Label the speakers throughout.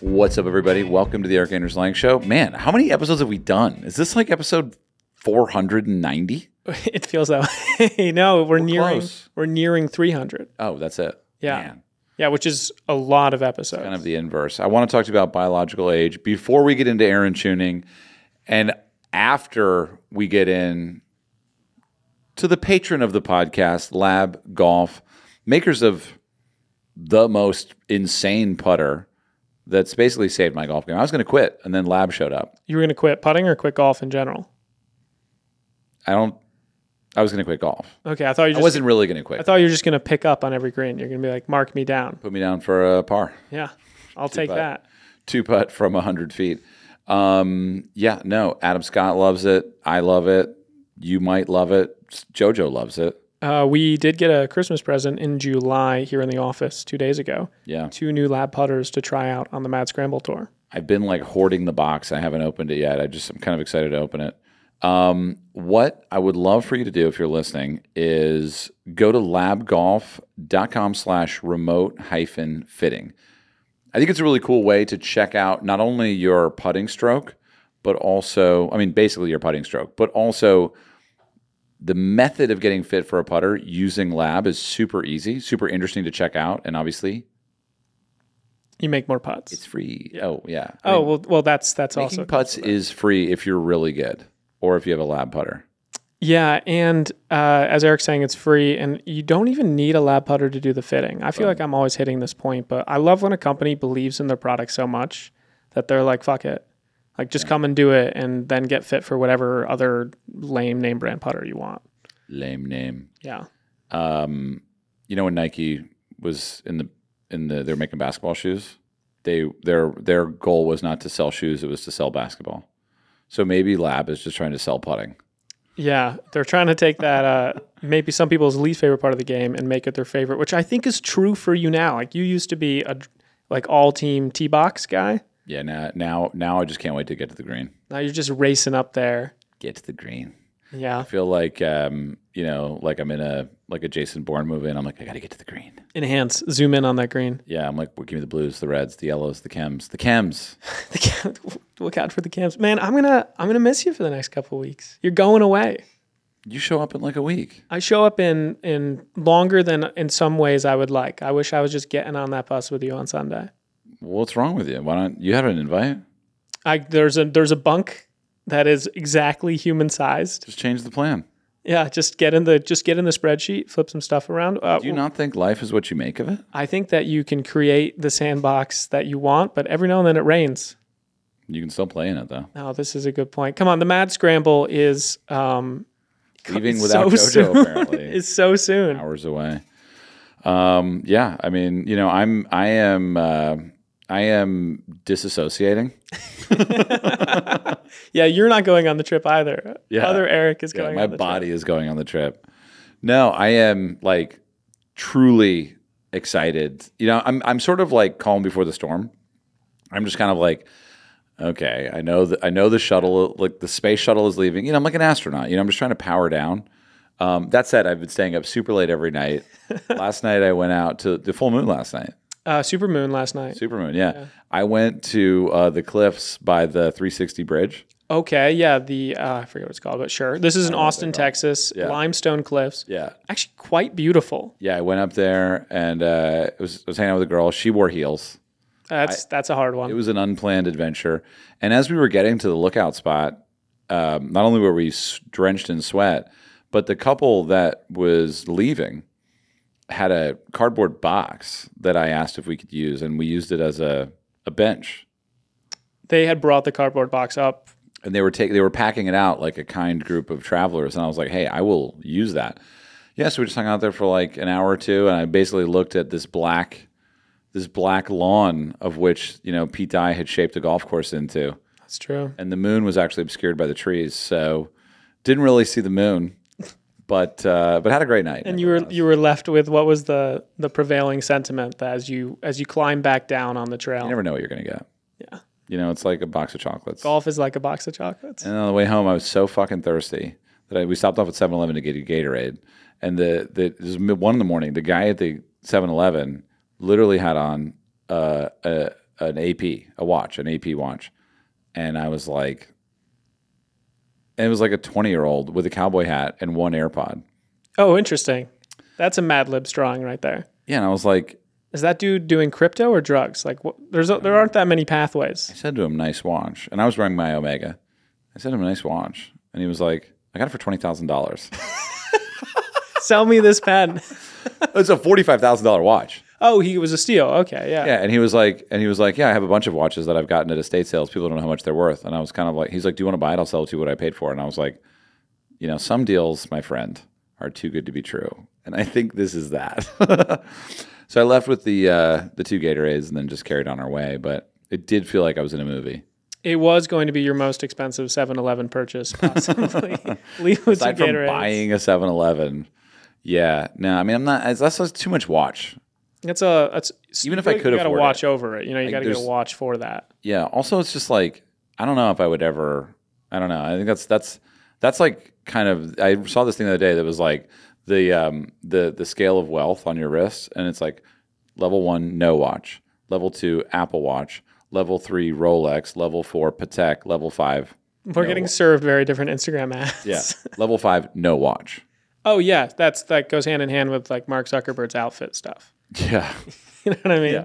Speaker 1: What's up, everybody? Welcome to the Eric Anders Lang Show. Man, how many episodes have we done? Is this like episode 490?
Speaker 2: It feels that way. no, we're, nearing
Speaker 1: close.
Speaker 2: we're nearing 300.
Speaker 1: Oh, that's it.
Speaker 2: Yeah.
Speaker 1: Man,
Speaker 2: Yeah, which is a lot of episodes.
Speaker 1: kind of the inverse. I want to talk to you about biological age before we get into Aaron tuning and after we get in to the patron of the podcast, Lab Golf, makers of the most insane putter that's basically saved my golf game. I was going to quit, and then Lab showed up.
Speaker 2: you were going to quit putting or quit golf in general?
Speaker 1: I don't. I was going to quit golf.
Speaker 2: Okay, I thought you
Speaker 1: I
Speaker 2: just,
Speaker 1: wasn't really going to quit.
Speaker 2: I thought you were just going to pick up on every green. You're going to be like, mark me down.
Speaker 1: Put me down for a par.
Speaker 2: Yeah, I'll take
Speaker 1: putt.
Speaker 2: that.
Speaker 1: two putt from 100 feet. Um, yeah, no, Adam Scott loves it. I love it. You might love it. JoJo loves it.
Speaker 2: Uh, we did get a Christmas present in July here in the office two days ago.
Speaker 1: Yeah.
Speaker 2: Two new lab putters to try out on the Mad Scramble Tour.
Speaker 1: I've been like hoarding the box. I haven't opened it yet. I just, I'm kind of excited to open it. Um, what I would love for you to do if you're listening is go to labgolf.com slash remote hyphen fitting. I think it's a really cool way to check out not only your putting stroke, but also, I mean, basically your putting stroke, but also the method of getting fit for a putter using lab is super easy, super interesting to check out. And obviously,
Speaker 2: You make more putts.
Speaker 1: it's free. Oh, yeah. I
Speaker 2: oh, well, well, that's that's
Speaker 1: Making
Speaker 2: also.
Speaker 1: putts is free if you're really good or if you have a lab putter.
Speaker 2: Yeah, and uh, as Eric's saying, it's free, and you don't even need a lab putter to do the fitting. I feel like I'm always hitting this point, but I love when a company believes in their product so much that they're like, "Fuck it." Like just come and do it and then get fit for whatever other lame name brand putter you want.
Speaker 1: Lame name.
Speaker 2: Yeah.
Speaker 1: Um, you know when Nike was in the in the they're making basketball shoes. They their their goal was not to sell shoes; it was to sell basketball. So maybe Lab is just trying to sell putting.
Speaker 2: Yeah, they're trying to take that uh, maybe some people's least favorite part of the game and make it their favorite, which I think is true for you now. Like you used to be a like all team T box guy.
Speaker 1: Yeah. Now now now I just can't wait to get to the green.
Speaker 2: Now you're just racing up there.
Speaker 1: Get to the green.
Speaker 2: Yeah,
Speaker 1: I feel like um you know like I'm in a like a Jason Bourne movie, and I'm like I got to get to the green.
Speaker 2: enhance, zoom in on that green.
Speaker 1: Yeah. I'm like well, give me the blues, the reds, the yellows, the chems, the chems.
Speaker 2: The cam- look out for the camps, man. I'm gonna I'm gonna miss you for the next couple weeks. You're going away.
Speaker 1: You show up in like a week.
Speaker 2: I show up in in longer than in some ways I would like. I wish I was just getting on that bus with you on Sunday.
Speaker 1: What's wrong with you? Why don't you have an invite?
Speaker 2: I there's a there's a bunk that is exactly human sized.
Speaker 1: Just change the plan.
Speaker 2: Yeah, just get in the just get in the spreadsheet, flip some stuff around. Uh,
Speaker 1: Do you not think life is what you make of it?
Speaker 2: I think that you can create the sandbox that you want, but every now and then it rains.
Speaker 1: You can still play in it though.
Speaker 2: Oh, this is a good point. Come on, the Mad Scramble is um
Speaker 1: Leaving without JoJo
Speaker 2: so soon.
Speaker 1: apparently
Speaker 2: is so soon.
Speaker 1: hours away. Um, yeah, I mean, you know, I'm I am uh, I am disassociating.
Speaker 2: Yeah, you're not going on the trip either.
Speaker 1: Yeah.
Speaker 2: Other Eric is
Speaker 1: Yeah,
Speaker 2: going
Speaker 1: my
Speaker 2: on the
Speaker 1: body is going on the trip. No, I am like truly excited. You know, I'm I'm sort of like calm before the storm. I'm just kind of like, okay, I know that I know the shuttle, like the space shuttle is leaving. You know, I'm like an astronaut. You know, I'm just trying to power down. Um, that said, I've been staying up super late every night. last night, I went out to the full moon. Last night,
Speaker 2: trip. Uh, supermoon last night.
Speaker 1: supermoon. Yeah, I went to uh, the cliffs by the 360 bridge.
Speaker 2: Okay, yeah, the uh, I forget what it's called, but sure. This is in Austin, Texas, limestone cliffs.
Speaker 1: Yeah,
Speaker 2: Actually, quite beautiful.
Speaker 1: Yeah, I went up there and uh, it was, I was hanging out with a girl. She wore heels.
Speaker 2: That's that's a hard
Speaker 1: It
Speaker 2: one.
Speaker 1: was an unplanned adventure. And as we were getting to the lookout spot, um, not only were we s- drenched in sweat, but the couple that was leaving had a cardboard box that I asked if we could use, and we used it as a, a bench.
Speaker 2: They had brought the cardboard box up.
Speaker 1: And they were taking, they were packing it out like a kind group of travelers. And I was like, hey, I will use that. Yeah, so we just hung out there for like an hour or two, and I basically looked at this black, this black lawn of which you know Pete Dye had shaped a golf course into,
Speaker 2: That's true.
Speaker 1: and the moon was actually obscured by the trees, so didn't really see the moon, but uh, but had a great night.
Speaker 2: And you were you were left with what was the the prevailing sentiment that as you as you climb back down on the trail.
Speaker 1: you never know what you're gonna get.
Speaker 2: Yeah.
Speaker 1: you know it's like a box of chocolates.
Speaker 2: Golf is like a box of chocolates.
Speaker 1: And on the way home, I was so fucking thirsty that I, we stopped off at 7 Eleven to get a Gatorade. And the, the it was mid- one in the morning, the guy at the 7 Eleven literally had on uh, a, an AP, a watch, an AP watch, and I was like, and it was like a twenty year old with a cowboy hat and one AirPod.
Speaker 2: Oh, interesting. That's a Mad Libs drawing right there.
Speaker 1: Yeah, and I was like,
Speaker 2: Is that dude doing crypto or drugs? Like, what, there's a,
Speaker 1: Uh,
Speaker 2: there aren't that many pathways.
Speaker 1: I said to him, "Nice watch," and I was wearing my Omega. I said to him, "Nice watch," and he was like, "I got it for twenty thousand dollars.
Speaker 2: Sell me this pen.
Speaker 1: It's a forty five thousand dollar watch."
Speaker 2: Oh, he was a steal. Okay, yeah.
Speaker 1: Yeah, and he was like, and he was like, yeah, I have a bunch of watches that I've gotten at estate sales. People don't know how much they're worth. And I was kind of like, he's like, do you want to buy it? I'll sell it to you what I paid for. it." And I was like, you know, some deals, my friend, are too good to be true. And I think this is that. so I left with the uh, the two Gatorades and then just carried on our way. But it did feel like I was in a movie.
Speaker 2: It was going to be your most expensive 7-Eleven purchase, possibly. Leave with
Speaker 1: Aside
Speaker 2: two
Speaker 1: from
Speaker 2: Gatorades.
Speaker 1: buying a 7-Eleven, yeah, no, I mean, I'm not. That's, that's too much watch.
Speaker 2: It's a it's,
Speaker 1: Even if I could
Speaker 2: you got to
Speaker 1: afford
Speaker 2: watch over it. You know, you got to get a
Speaker 1: there's-
Speaker 2: watch for that.
Speaker 1: yeah also it's just like i don't know if i would ever i don't know i think that's that's that's like kind of i saw this thing the other day that was like the um the the scale of wealth on your wrist and it's like level one no watch level two apple watch level three rolex level four patek level five
Speaker 2: We're getting served very different Instagram ads.
Speaker 1: yeah level five no watch
Speaker 2: Oh yeah, that's that goes hand in hand with like Mark Zuckerberg's outfit stuff.
Speaker 1: yeah
Speaker 2: You know what I mean?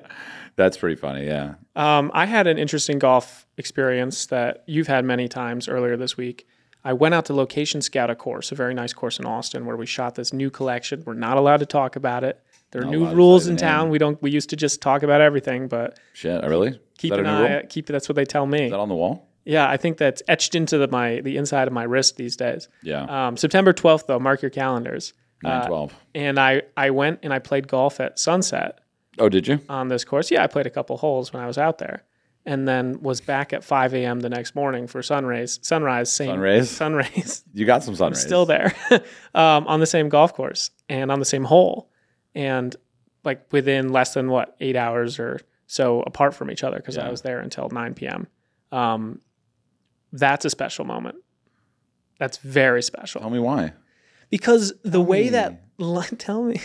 Speaker 1: that's pretty funny yeah
Speaker 2: Um, I had an interesting golf experience that you've had many times earlier this week. I went out to Location Scout a course, a very nice course in Austin, where we shot this new collection. We're not allowed to talk about it. There are new
Speaker 1: allowed to
Speaker 2: rules
Speaker 1: say
Speaker 2: in
Speaker 1: the
Speaker 2: town.
Speaker 1: name.
Speaker 2: We don't. We used to just talk about everything, but
Speaker 1: shit oh, really
Speaker 2: keep
Speaker 1: is that
Speaker 2: an
Speaker 1: a new rule
Speaker 2: eye.
Speaker 1: is
Speaker 2: Keep that's what they tell me.
Speaker 1: that on the wall
Speaker 2: Yeah, I think that's etched into the my the inside of my wrist these days.
Speaker 1: yeah
Speaker 2: Um, September twelfth, though, mark your calendars.
Speaker 1: 912
Speaker 2: And I I went and I played golf at sunset
Speaker 1: oh did you
Speaker 2: on this course. Yeah, I played a couple holes when I was out there, and then was back at five a.m. the next morning for sunrise. Sunrise, same
Speaker 1: Sunrays?
Speaker 2: sunrise.
Speaker 1: you got some sunrays
Speaker 2: still there um, on the same golf course and on the same hole and like within less than what eight hours or so apart from each other because i
Speaker 1: Yeah.
Speaker 2: was there until 9 p.m um, that's a special moment that's very special
Speaker 1: tell me why
Speaker 2: because the way
Speaker 1: Oh. me.
Speaker 2: that tell me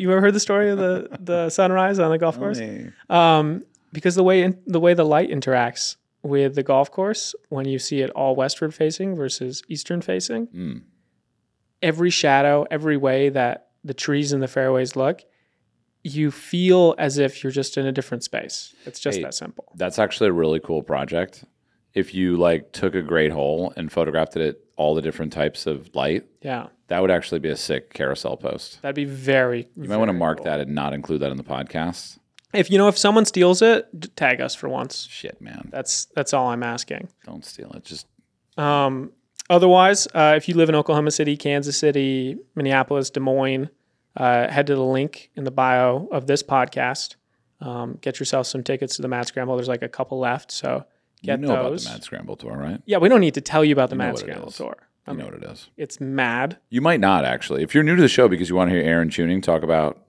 Speaker 2: you ever heard the story of the the sunrise on the golf course
Speaker 1: Hey.
Speaker 2: um, because the way the way the light interacts with the golf course when you see it all westward facing versus eastern facing,
Speaker 1: Mm.
Speaker 2: every shadow, every way that the trees and the fairways look, you feel as if you're just in a different space. It's just
Speaker 1: Hey.
Speaker 2: that simple.
Speaker 1: That's actually a really cool project. If you like took a great hole and photographed it all the different types of light,
Speaker 2: Yeah,
Speaker 1: that would actually be a sick carousel post.
Speaker 2: that'd be very.
Speaker 1: You might want to mark that and not include that in the podcast.
Speaker 2: If you know if someone steals it, d- tag us for once.
Speaker 1: Shit, man.
Speaker 2: That's that's all I'm asking.
Speaker 1: Don't steal it. Just
Speaker 2: Um, otherwise, uh, if you live in Oklahoma City, Kansas City, Minneapolis, Des Moines, uh, head to the link in the bio of this podcast. Um, get yourself some tickets to the Mad Scramble. There's like a couple left, so get
Speaker 1: you know about
Speaker 2: those.
Speaker 1: the Mad Scramble tour, right?
Speaker 2: yeah, we don't need to tell you about the
Speaker 1: know
Speaker 2: Mad
Speaker 1: what it
Speaker 2: Scramble
Speaker 1: is.
Speaker 2: tour.
Speaker 1: You know what it is.
Speaker 2: It's mad.
Speaker 1: You might not actually. If you're new to the show because you want to hear Aaron Tuning talk about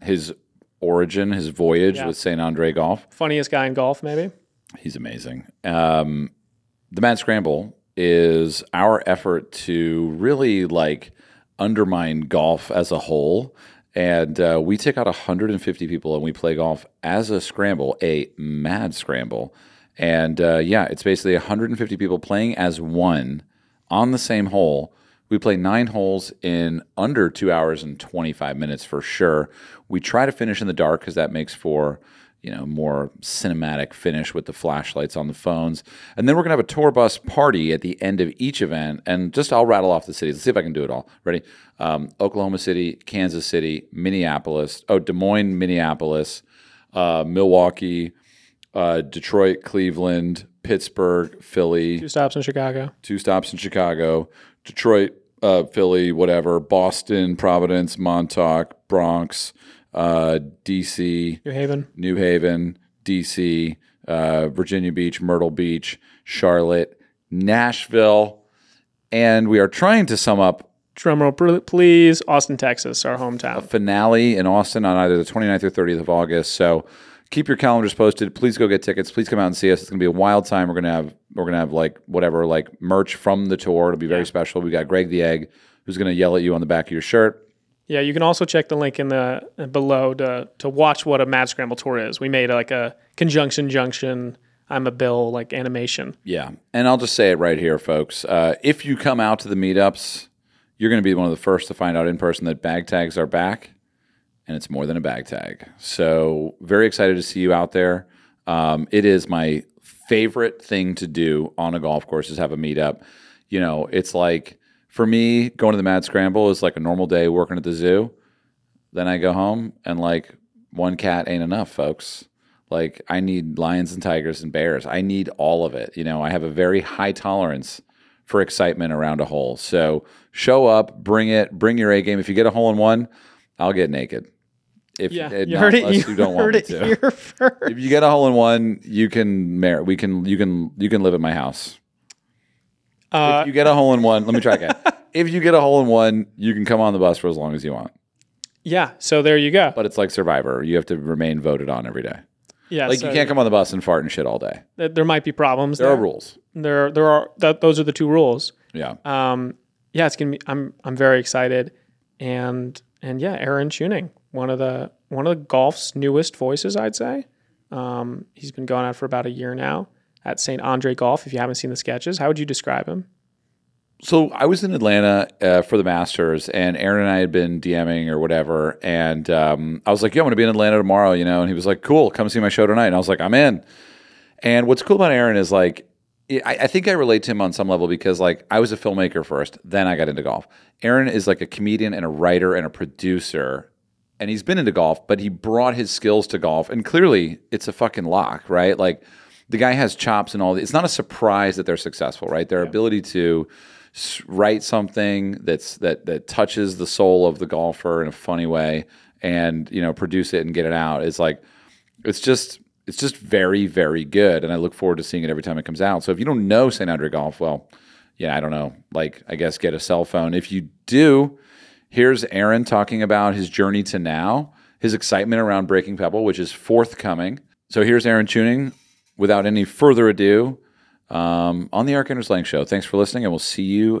Speaker 1: his origin, his voyage
Speaker 2: Yeah.
Speaker 1: with St. Andre Golf,
Speaker 2: Funniest guy in golf, maybe.
Speaker 1: He's amazing. Um, the Mad Scramble is our effort to really like undermine golf as a whole. And uh, we take out 150 people and we play golf as a scramble, a mad scramble. And uh, yeah, it's basically 150 people playing as one on the same hole. We play nine holes in under two hours and 25 minutes for sure. We try to finish in the dark because that makes for, you know, more cinematic finish with the flashlights on the phones. And then we're going to have a tour bus party at the end of each event. And just I'll rattle off the cities. Let's see if I can do it all. Ready? Um, Oklahoma City, Kansas City, Minneapolis, oh, Des Moines, Minneapolis, uh, Milwaukee, uh, Detroit, Cleveland, Pittsburgh, Philly
Speaker 2: Two stops in Chicago.
Speaker 1: two stops in Chicago, Detroit, uh, Philly, whatever, Boston, Providence, Montauk, Bronx, uh, DC,
Speaker 2: New Haven.
Speaker 1: New Haven, DC, uh, Virginia Beach, Myrtle Beach, Charlotte, Nashville. And we are trying to sum up
Speaker 2: Drumroll, pl- please. Austin, Texas, our hometown.
Speaker 1: finale in Austin on either the 29th or 30th of August. So keep your calendars posted. Please go get tickets. Please come out and see us. It's going to be a wild time. We're going to have we're going to have like whatever like merch from the tour. It'll be very special. We got Greg the Egg who's going to yell at you on the back of your shirt.
Speaker 2: Yeah, you can also check the link in the below to to watch what a Mad Scramble tour is. We made like a conjunction junction. I'm a Bill like animation.
Speaker 1: Yeah. And I'll just say it right here, folks. Uh, if you come out to the meetups, you're going to be one of the first to find out in person that bag tags are back and it's more than a bag tag. So, very excited to see you out there. Um, it is my favorite thing to do on a golf course is have a meetup. You know, it's like for me, going to the Mad Scramble is like a normal day working at the zoo. Then I go home and like one cat ain't enough, folks. Like I need lions and tigers and bears. I need all of it. You know, I have a very high tolerance for excitement around a hole. So show up, bring it, bring your A game. If you get a hole in one, I'll get naked. If
Speaker 2: Yeah,
Speaker 1: eh,
Speaker 2: you
Speaker 1: not
Speaker 2: heard it.
Speaker 1: unless
Speaker 2: You,
Speaker 1: don't want
Speaker 2: heard
Speaker 1: me
Speaker 2: it
Speaker 1: to.
Speaker 2: here first.
Speaker 1: If you get a hole in one, you can marry. We can. You can. You can live at my house.
Speaker 2: Uh,
Speaker 1: if you get a hole in one, let me try again. if you get a hole in one, you can come on the bus for as long as you want.
Speaker 2: yeah. So there you go.
Speaker 1: But it's like Survivor. You have to remain voted on every day.
Speaker 2: Yeah.
Speaker 1: Like
Speaker 2: so
Speaker 1: you can't come on the bus and fart and shit all day.
Speaker 2: th- there might be problems.
Speaker 1: There
Speaker 2: there.
Speaker 1: are rules.
Speaker 2: There, there are. That, those are the two rules.
Speaker 1: Yeah.
Speaker 2: Um, yeah, it's gonna be. I'm, I'm very excited, and and yeah, Aaron Tuning, one of the one of the golf's newest voices, I'd say. Um, he's been going on for about a year now at St. Andre Golf. If you haven't seen the sketches, how would you describe him?
Speaker 1: So I was in Atlanta uh, for the Masters, and Aaron and I had been DMing or whatever, and um, I was like, "Yo, I'm going to be in Atlanta tomorrow," you know, and he was like, "Cool, come see my show tonight," and I was like, "I'm in." And what's cool about Aaron is like, I, I think I relate to him on some level because like I was a filmmaker first, then I got into golf. Aaron is like a comedian and a writer and a producer, and he's been into golf, but he brought his skills to golf, and clearly it's a fucking lock, right? Like the guy has chops and all. It's not a surprise that they're successful, right? Their ability to s- write something that's that that touches the soul of the golfer in a funny way, and you know produce it and get it out is like it's just it's just very very good and i look forward to seeing it every time it comes out so if you don't know st andre golf well yeah i don't know like i guess get a cell phone if you do here's aaron talking about his journey to now his excitement around breaking pebble which is forthcoming so here's aaron tuning without any further ado um, on the eric anders lang show thanks for listening and we'll see you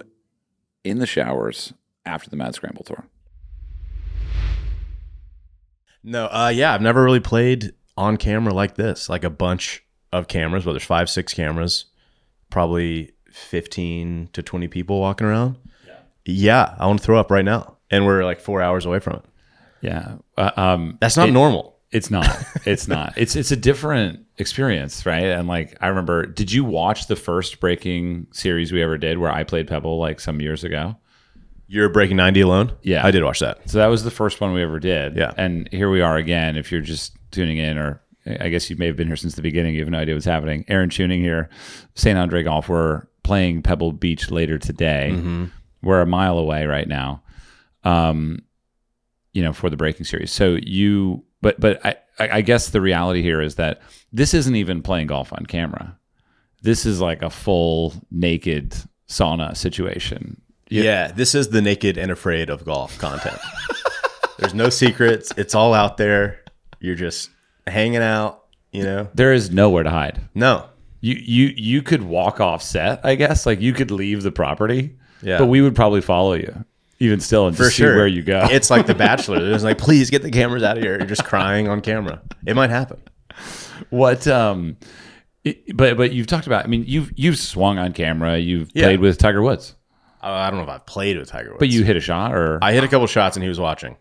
Speaker 1: in the showers after the mad scramble tour
Speaker 3: No, uh, yeah, I've never really played on camera like this, like a bunch of cameras, whether it's five, six cameras, probably 15 to 20 people walking around. Yeah, I want to throw up right now. And we're like four hours away from it.
Speaker 4: Yeah. Uh, um,
Speaker 3: That's not normal.
Speaker 4: it's not. It's not. It's it's a different experience, right? And like I remember, did you watch the first breaking series we ever did where I played Pebble like some years ago?
Speaker 3: You're breaking 90 alone?
Speaker 4: Yeah.
Speaker 3: I did watch that.
Speaker 4: So that was the first one we ever did.
Speaker 3: Yeah.
Speaker 4: And here we are again. If you're just tuning in, or I guess you may have been here since the beginning, you have no idea what's happening. Aaron tuning here, St. Andre Golf. We're playing Pebble Beach later today. We're a mile away right now. Um, you know, for the breaking series. So you, but but I I I guess the reality here is that this isn't even playing golf on camera. This is like a full naked sauna situation.
Speaker 3: Yeah. this is the naked and afraid of golf content. There's no secrets. It's all out there. You're just hanging out, you know?
Speaker 4: There is nowhere to hide.
Speaker 3: No.
Speaker 4: you you you could walk off set, I guess. Like you could leave the property.
Speaker 3: Yeah.
Speaker 4: But we would probably follow you, even still, and
Speaker 3: for
Speaker 4: just see
Speaker 3: sure
Speaker 4: where you go.
Speaker 3: It's like The Bachelor. It's like, please get the cameras out of here. You're just crying on camera. It might happen.
Speaker 4: what um it- but but you've talked about I mean you've you've swung on camera, you've
Speaker 3: Yeah.
Speaker 4: played with Tiger Woods.
Speaker 3: I I don't know if I've played with Tiger Woods,
Speaker 4: But you hit a shot or
Speaker 3: I hit a couple shots and he was watching.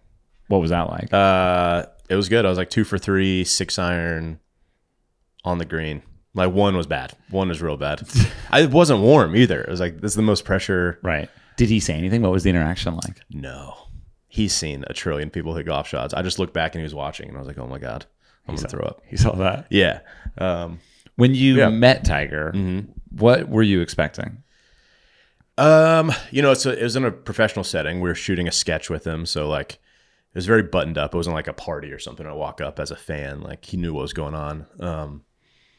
Speaker 4: what was that like?
Speaker 3: Uh, it was good. I was like two for three, six iron on the green. Like one was bad. One was real bad. I, it wasn't warm either. It was like this is the most pressure.
Speaker 4: right. Did he say anything? What was the interaction like?
Speaker 3: No, he's seen a trillion people hit golf shots. I just looked back and he was watching, and I was like, oh my god, I'm gonna throw up.
Speaker 4: He saw that.
Speaker 3: Yeah. Um,
Speaker 4: When you met Tiger,
Speaker 3: Mm-hmm.
Speaker 4: what were you expecting?
Speaker 3: Um, you know, it's a, it was in a professional setting. We were shooting a sketch with him, so like it was very buttoned up. It wasn't like a party or something. I walk up as a fan, like he knew what was going on. Um,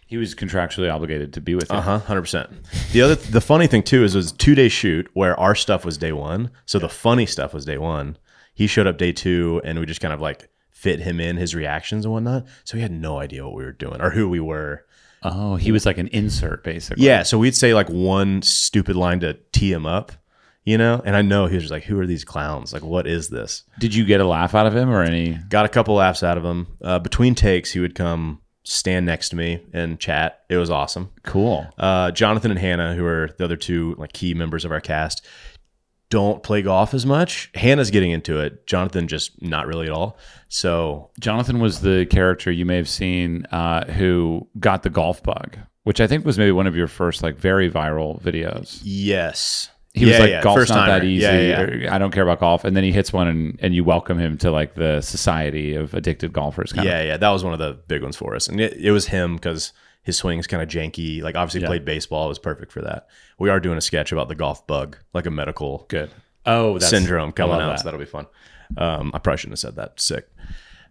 Speaker 4: He was contractually obligated to be with you.
Speaker 3: uh huh, hundred percent. The other, the funny thing too is, it was a two day shoot where our stuff was day one, so the funny stuff was day one. He showed up day two, and we just kind of like fit him in his reactions and whatnot. So he had no idea what we were doing or who we were.
Speaker 4: Oh, he was like an insert basically.
Speaker 3: Yeah, so we'd say like one stupid line to tee him up, you know? And I know he was just like, who are these clowns? Like, what is this?
Speaker 1: Did you get a laugh out of him or any?
Speaker 3: Got a couple laughs out of him. Uh, between takes, he would come stand next to me and chat. It was awesome.
Speaker 1: Cool.
Speaker 3: Uh, Jonathan and Hannah, who are the other two like key members of our cast, don't play golf as much. Hannah's getting into it. Jonathan just not really at all. So
Speaker 1: Jonathan was the character you may have seen uh, who got the golf bug, which I think was maybe one of your first like very viral videos.
Speaker 3: yes,
Speaker 1: He was like, golf's
Speaker 3: first
Speaker 1: not that
Speaker 3: timer.
Speaker 1: easy.
Speaker 3: Yeah, yeah, yeah.
Speaker 1: or, I don't care about golf. And then he hits one and, and you welcome him to like the society of addicted golfers. Kind
Speaker 3: yeah, yeah. That was one of the big ones for us, and it, it was him because his swing's kind of janky. Like obviously played baseball, it was perfect for that. We are doing a sketch about the golf bug, like a medical
Speaker 1: Good. Oh, that's
Speaker 3: syndrome coming
Speaker 1: love
Speaker 3: out,
Speaker 1: that.
Speaker 3: so that'll be fun. Um, I probably shouldn't have said that. Sick.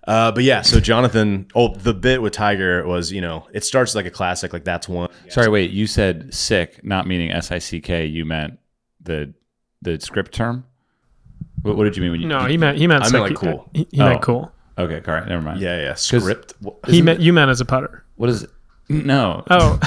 Speaker 3: Uh, but yeah, so Jonathan. Oh, the bit with Tiger was you know it starts like a classic, like that's one.
Speaker 1: Sorry, wait. You said sick, not meaning S I C K. You meant the the script term. What, what did you mean when you?
Speaker 5: No, he meant he meant
Speaker 3: I meant,
Speaker 5: sick.
Speaker 3: like,
Speaker 5: He-
Speaker 3: cool.
Speaker 5: He, he
Speaker 1: Oh.
Speaker 5: meant cool.
Speaker 1: Okay, all right, never mind.
Speaker 3: Yeah, yeah. Script.
Speaker 5: He meant you meant as a putter.
Speaker 1: What is it? No.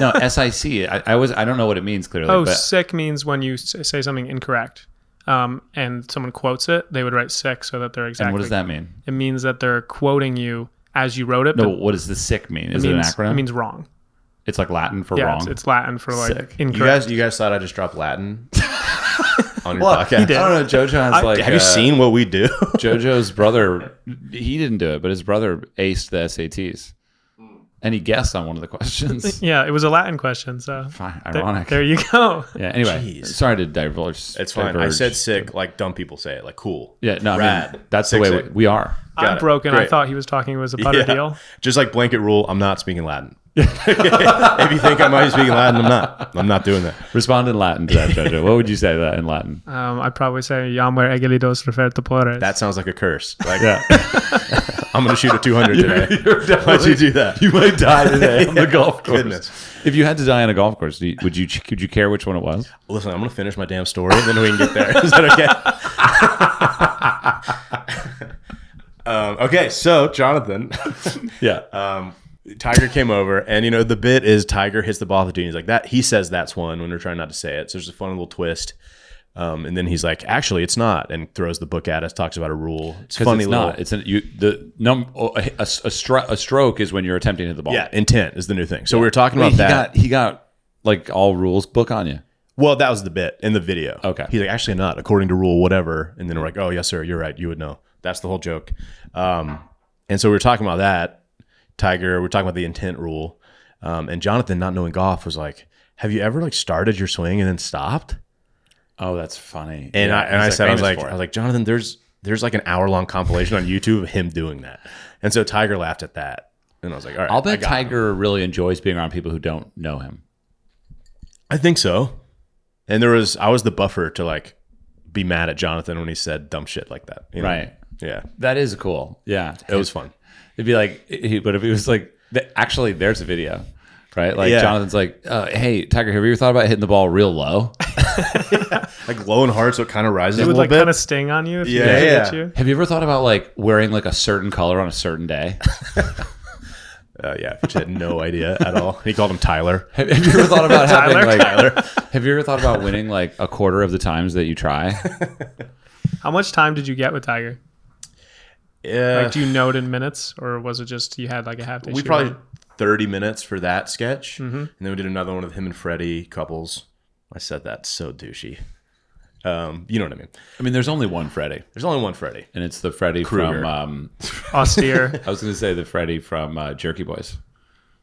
Speaker 5: Oh,
Speaker 1: no, SIC. I, I was I don't know what it means clearly,
Speaker 5: oh,
Speaker 1: but
Speaker 5: sick means when you s- say something incorrect, um, and someone quotes it, they would write sick so that they're exactly.
Speaker 1: and what does that mean?
Speaker 5: It means that they're quoting you as you wrote it.
Speaker 1: No,
Speaker 5: but
Speaker 1: what does the sick mean? Is
Speaker 5: it
Speaker 1: it,
Speaker 5: means,
Speaker 1: an acronym?
Speaker 5: It means wrong.
Speaker 1: it's like Latin for
Speaker 5: Yeah,
Speaker 1: wrong.
Speaker 5: It's, it's Latin for like
Speaker 1: Sick.
Speaker 5: incorrect.
Speaker 3: You guys, you guys thought I just dropped Latin on your podcast?
Speaker 1: I don't know. JoJo's like.
Speaker 3: Have
Speaker 1: uh,
Speaker 3: you seen what we do?
Speaker 1: JoJo's brother? He didn't do it, but his brother aced the SATs, and he guessed on one of the questions.
Speaker 5: yeah, it was a Latin question, so
Speaker 1: Fine,
Speaker 5: there,
Speaker 1: ironic.
Speaker 5: there you go.
Speaker 1: yeah. Anyway,
Speaker 3: Jeez.
Speaker 1: sorry to divulge.
Speaker 3: it's fine. I
Speaker 1: diverge.
Speaker 3: said sick, like dumb people say it, like cool.
Speaker 1: Yeah. No. I mean,
Speaker 3: Rad.
Speaker 1: that's
Speaker 3: Sick,
Speaker 1: the way we,
Speaker 3: sick.
Speaker 1: we are.
Speaker 5: I'm
Speaker 3: it.
Speaker 5: broken. I
Speaker 3: Great.
Speaker 5: thought he was talking it was a putter
Speaker 3: Yeah.
Speaker 5: deal.
Speaker 3: Just like blanket rule, I'm not speaking Latin. if you think I might be speaking Latin, I'm not. I'm not doing that.
Speaker 1: Respond in Latin to that, JoJo. what would you say to that in Latin?
Speaker 5: Um, I probably say Yamwer egelidos referta pores.
Speaker 3: That sounds like a curse. Like
Speaker 1: Yeah.
Speaker 3: I'm gonna shoot a 200 today. Why'd you do that?
Speaker 1: You might die today on the golf course.
Speaker 3: Goodness.
Speaker 1: If you had to die on a golf course, do you, would you could you care which one it was?
Speaker 3: Listen, I'm gonna finish my damn story, and then we can get there. Is that okay? um, okay, so Jonathan,
Speaker 1: Yeah.
Speaker 3: um, Tiger came over, and you know the bit is Tiger hits the ball at the dunes like that. He says that's one when we're trying not to say it. So there's a fun little twist, um, and then he's like, "Actually, it's not," and throws the book at us, talks about a rule. It's
Speaker 1: Funny
Speaker 3: funny
Speaker 1: it's
Speaker 3: little.
Speaker 1: not. It's an, you the num oh, a, a, stro- a stroke is when you're attempting to hit the ball.
Speaker 3: yeah, intent is the new thing. So we were talking
Speaker 1: Wait,
Speaker 3: about
Speaker 1: he
Speaker 3: that.
Speaker 1: got he got like all rules book on you.
Speaker 3: Well, that was the bit in the video.
Speaker 1: Okay. Mm.
Speaker 3: He's like, actually not, according to rule, whatever. And then we're like, oh, yes, sir, you're right. You would know. That's the whole joke. Um, and so we were talking about that. Tiger, we are talking about the intent rule. Um, and Jonathan, not knowing golf, was like, have you ever like started your swing and then stopped?
Speaker 1: Oh, that's funny.
Speaker 3: And I and I said, I was like, I was
Speaker 1: like,
Speaker 3: like, Jonathan, there's there's like an hour long compilation on YouTube of him doing that. And so Tiger laughed at that. And I was like, all right.
Speaker 1: I'll bet
Speaker 3: I got it."
Speaker 1: Tiger really enjoys being around people who don't know him.
Speaker 3: I think so. And there was I was the buffer to like be mad at Jonathan when he said dumb shit like that. you know?
Speaker 1: Right.
Speaker 3: Yeah.
Speaker 1: That is cool. Yeah,
Speaker 3: It was fun.
Speaker 1: It'd be like, he, but if it was like, th- actually, there's a video, right? Like
Speaker 3: Yeah.
Speaker 1: Jonathan's like, uh, hey, Tiger, have you ever thought about hitting the ball real low?
Speaker 3: Like low and hard, so it kind of rises
Speaker 5: it
Speaker 3: a
Speaker 5: would
Speaker 3: little
Speaker 5: like
Speaker 3: bit.
Speaker 5: kind of sting on you if you
Speaker 3: Yeah,
Speaker 5: didn't
Speaker 3: yeah.
Speaker 5: get you.
Speaker 1: Have you ever thought about like wearing like a certain color on a certain day?
Speaker 3: Uh, yeah, which I had no idea at all. He called him Tyler.
Speaker 1: Have, have you ever thought about having
Speaker 5: Tyler?
Speaker 1: like?
Speaker 3: Tyler.
Speaker 1: Have you ever thought about winning like a quarter of the times that you try?
Speaker 5: How much time did you get with Tiger?
Speaker 3: Yeah.
Speaker 5: Like, do you know it in minutes, or was it just you had like a half day?
Speaker 3: we
Speaker 5: shoot
Speaker 3: probably
Speaker 5: around?
Speaker 3: 30 minutes for that sketch.
Speaker 5: Mm-hmm.
Speaker 3: And then we did another one with him and Freddie couples. I said that so douchey. Um, you know what I mean?
Speaker 1: I mean, there's only one Freddy,
Speaker 3: There's only one Freddie.
Speaker 1: and it's the Freddy
Speaker 3: Krueger.
Speaker 1: from. Um,
Speaker 5: austere.
Speaker 1: I was going to say the Freddy from uh, Jerky Boys.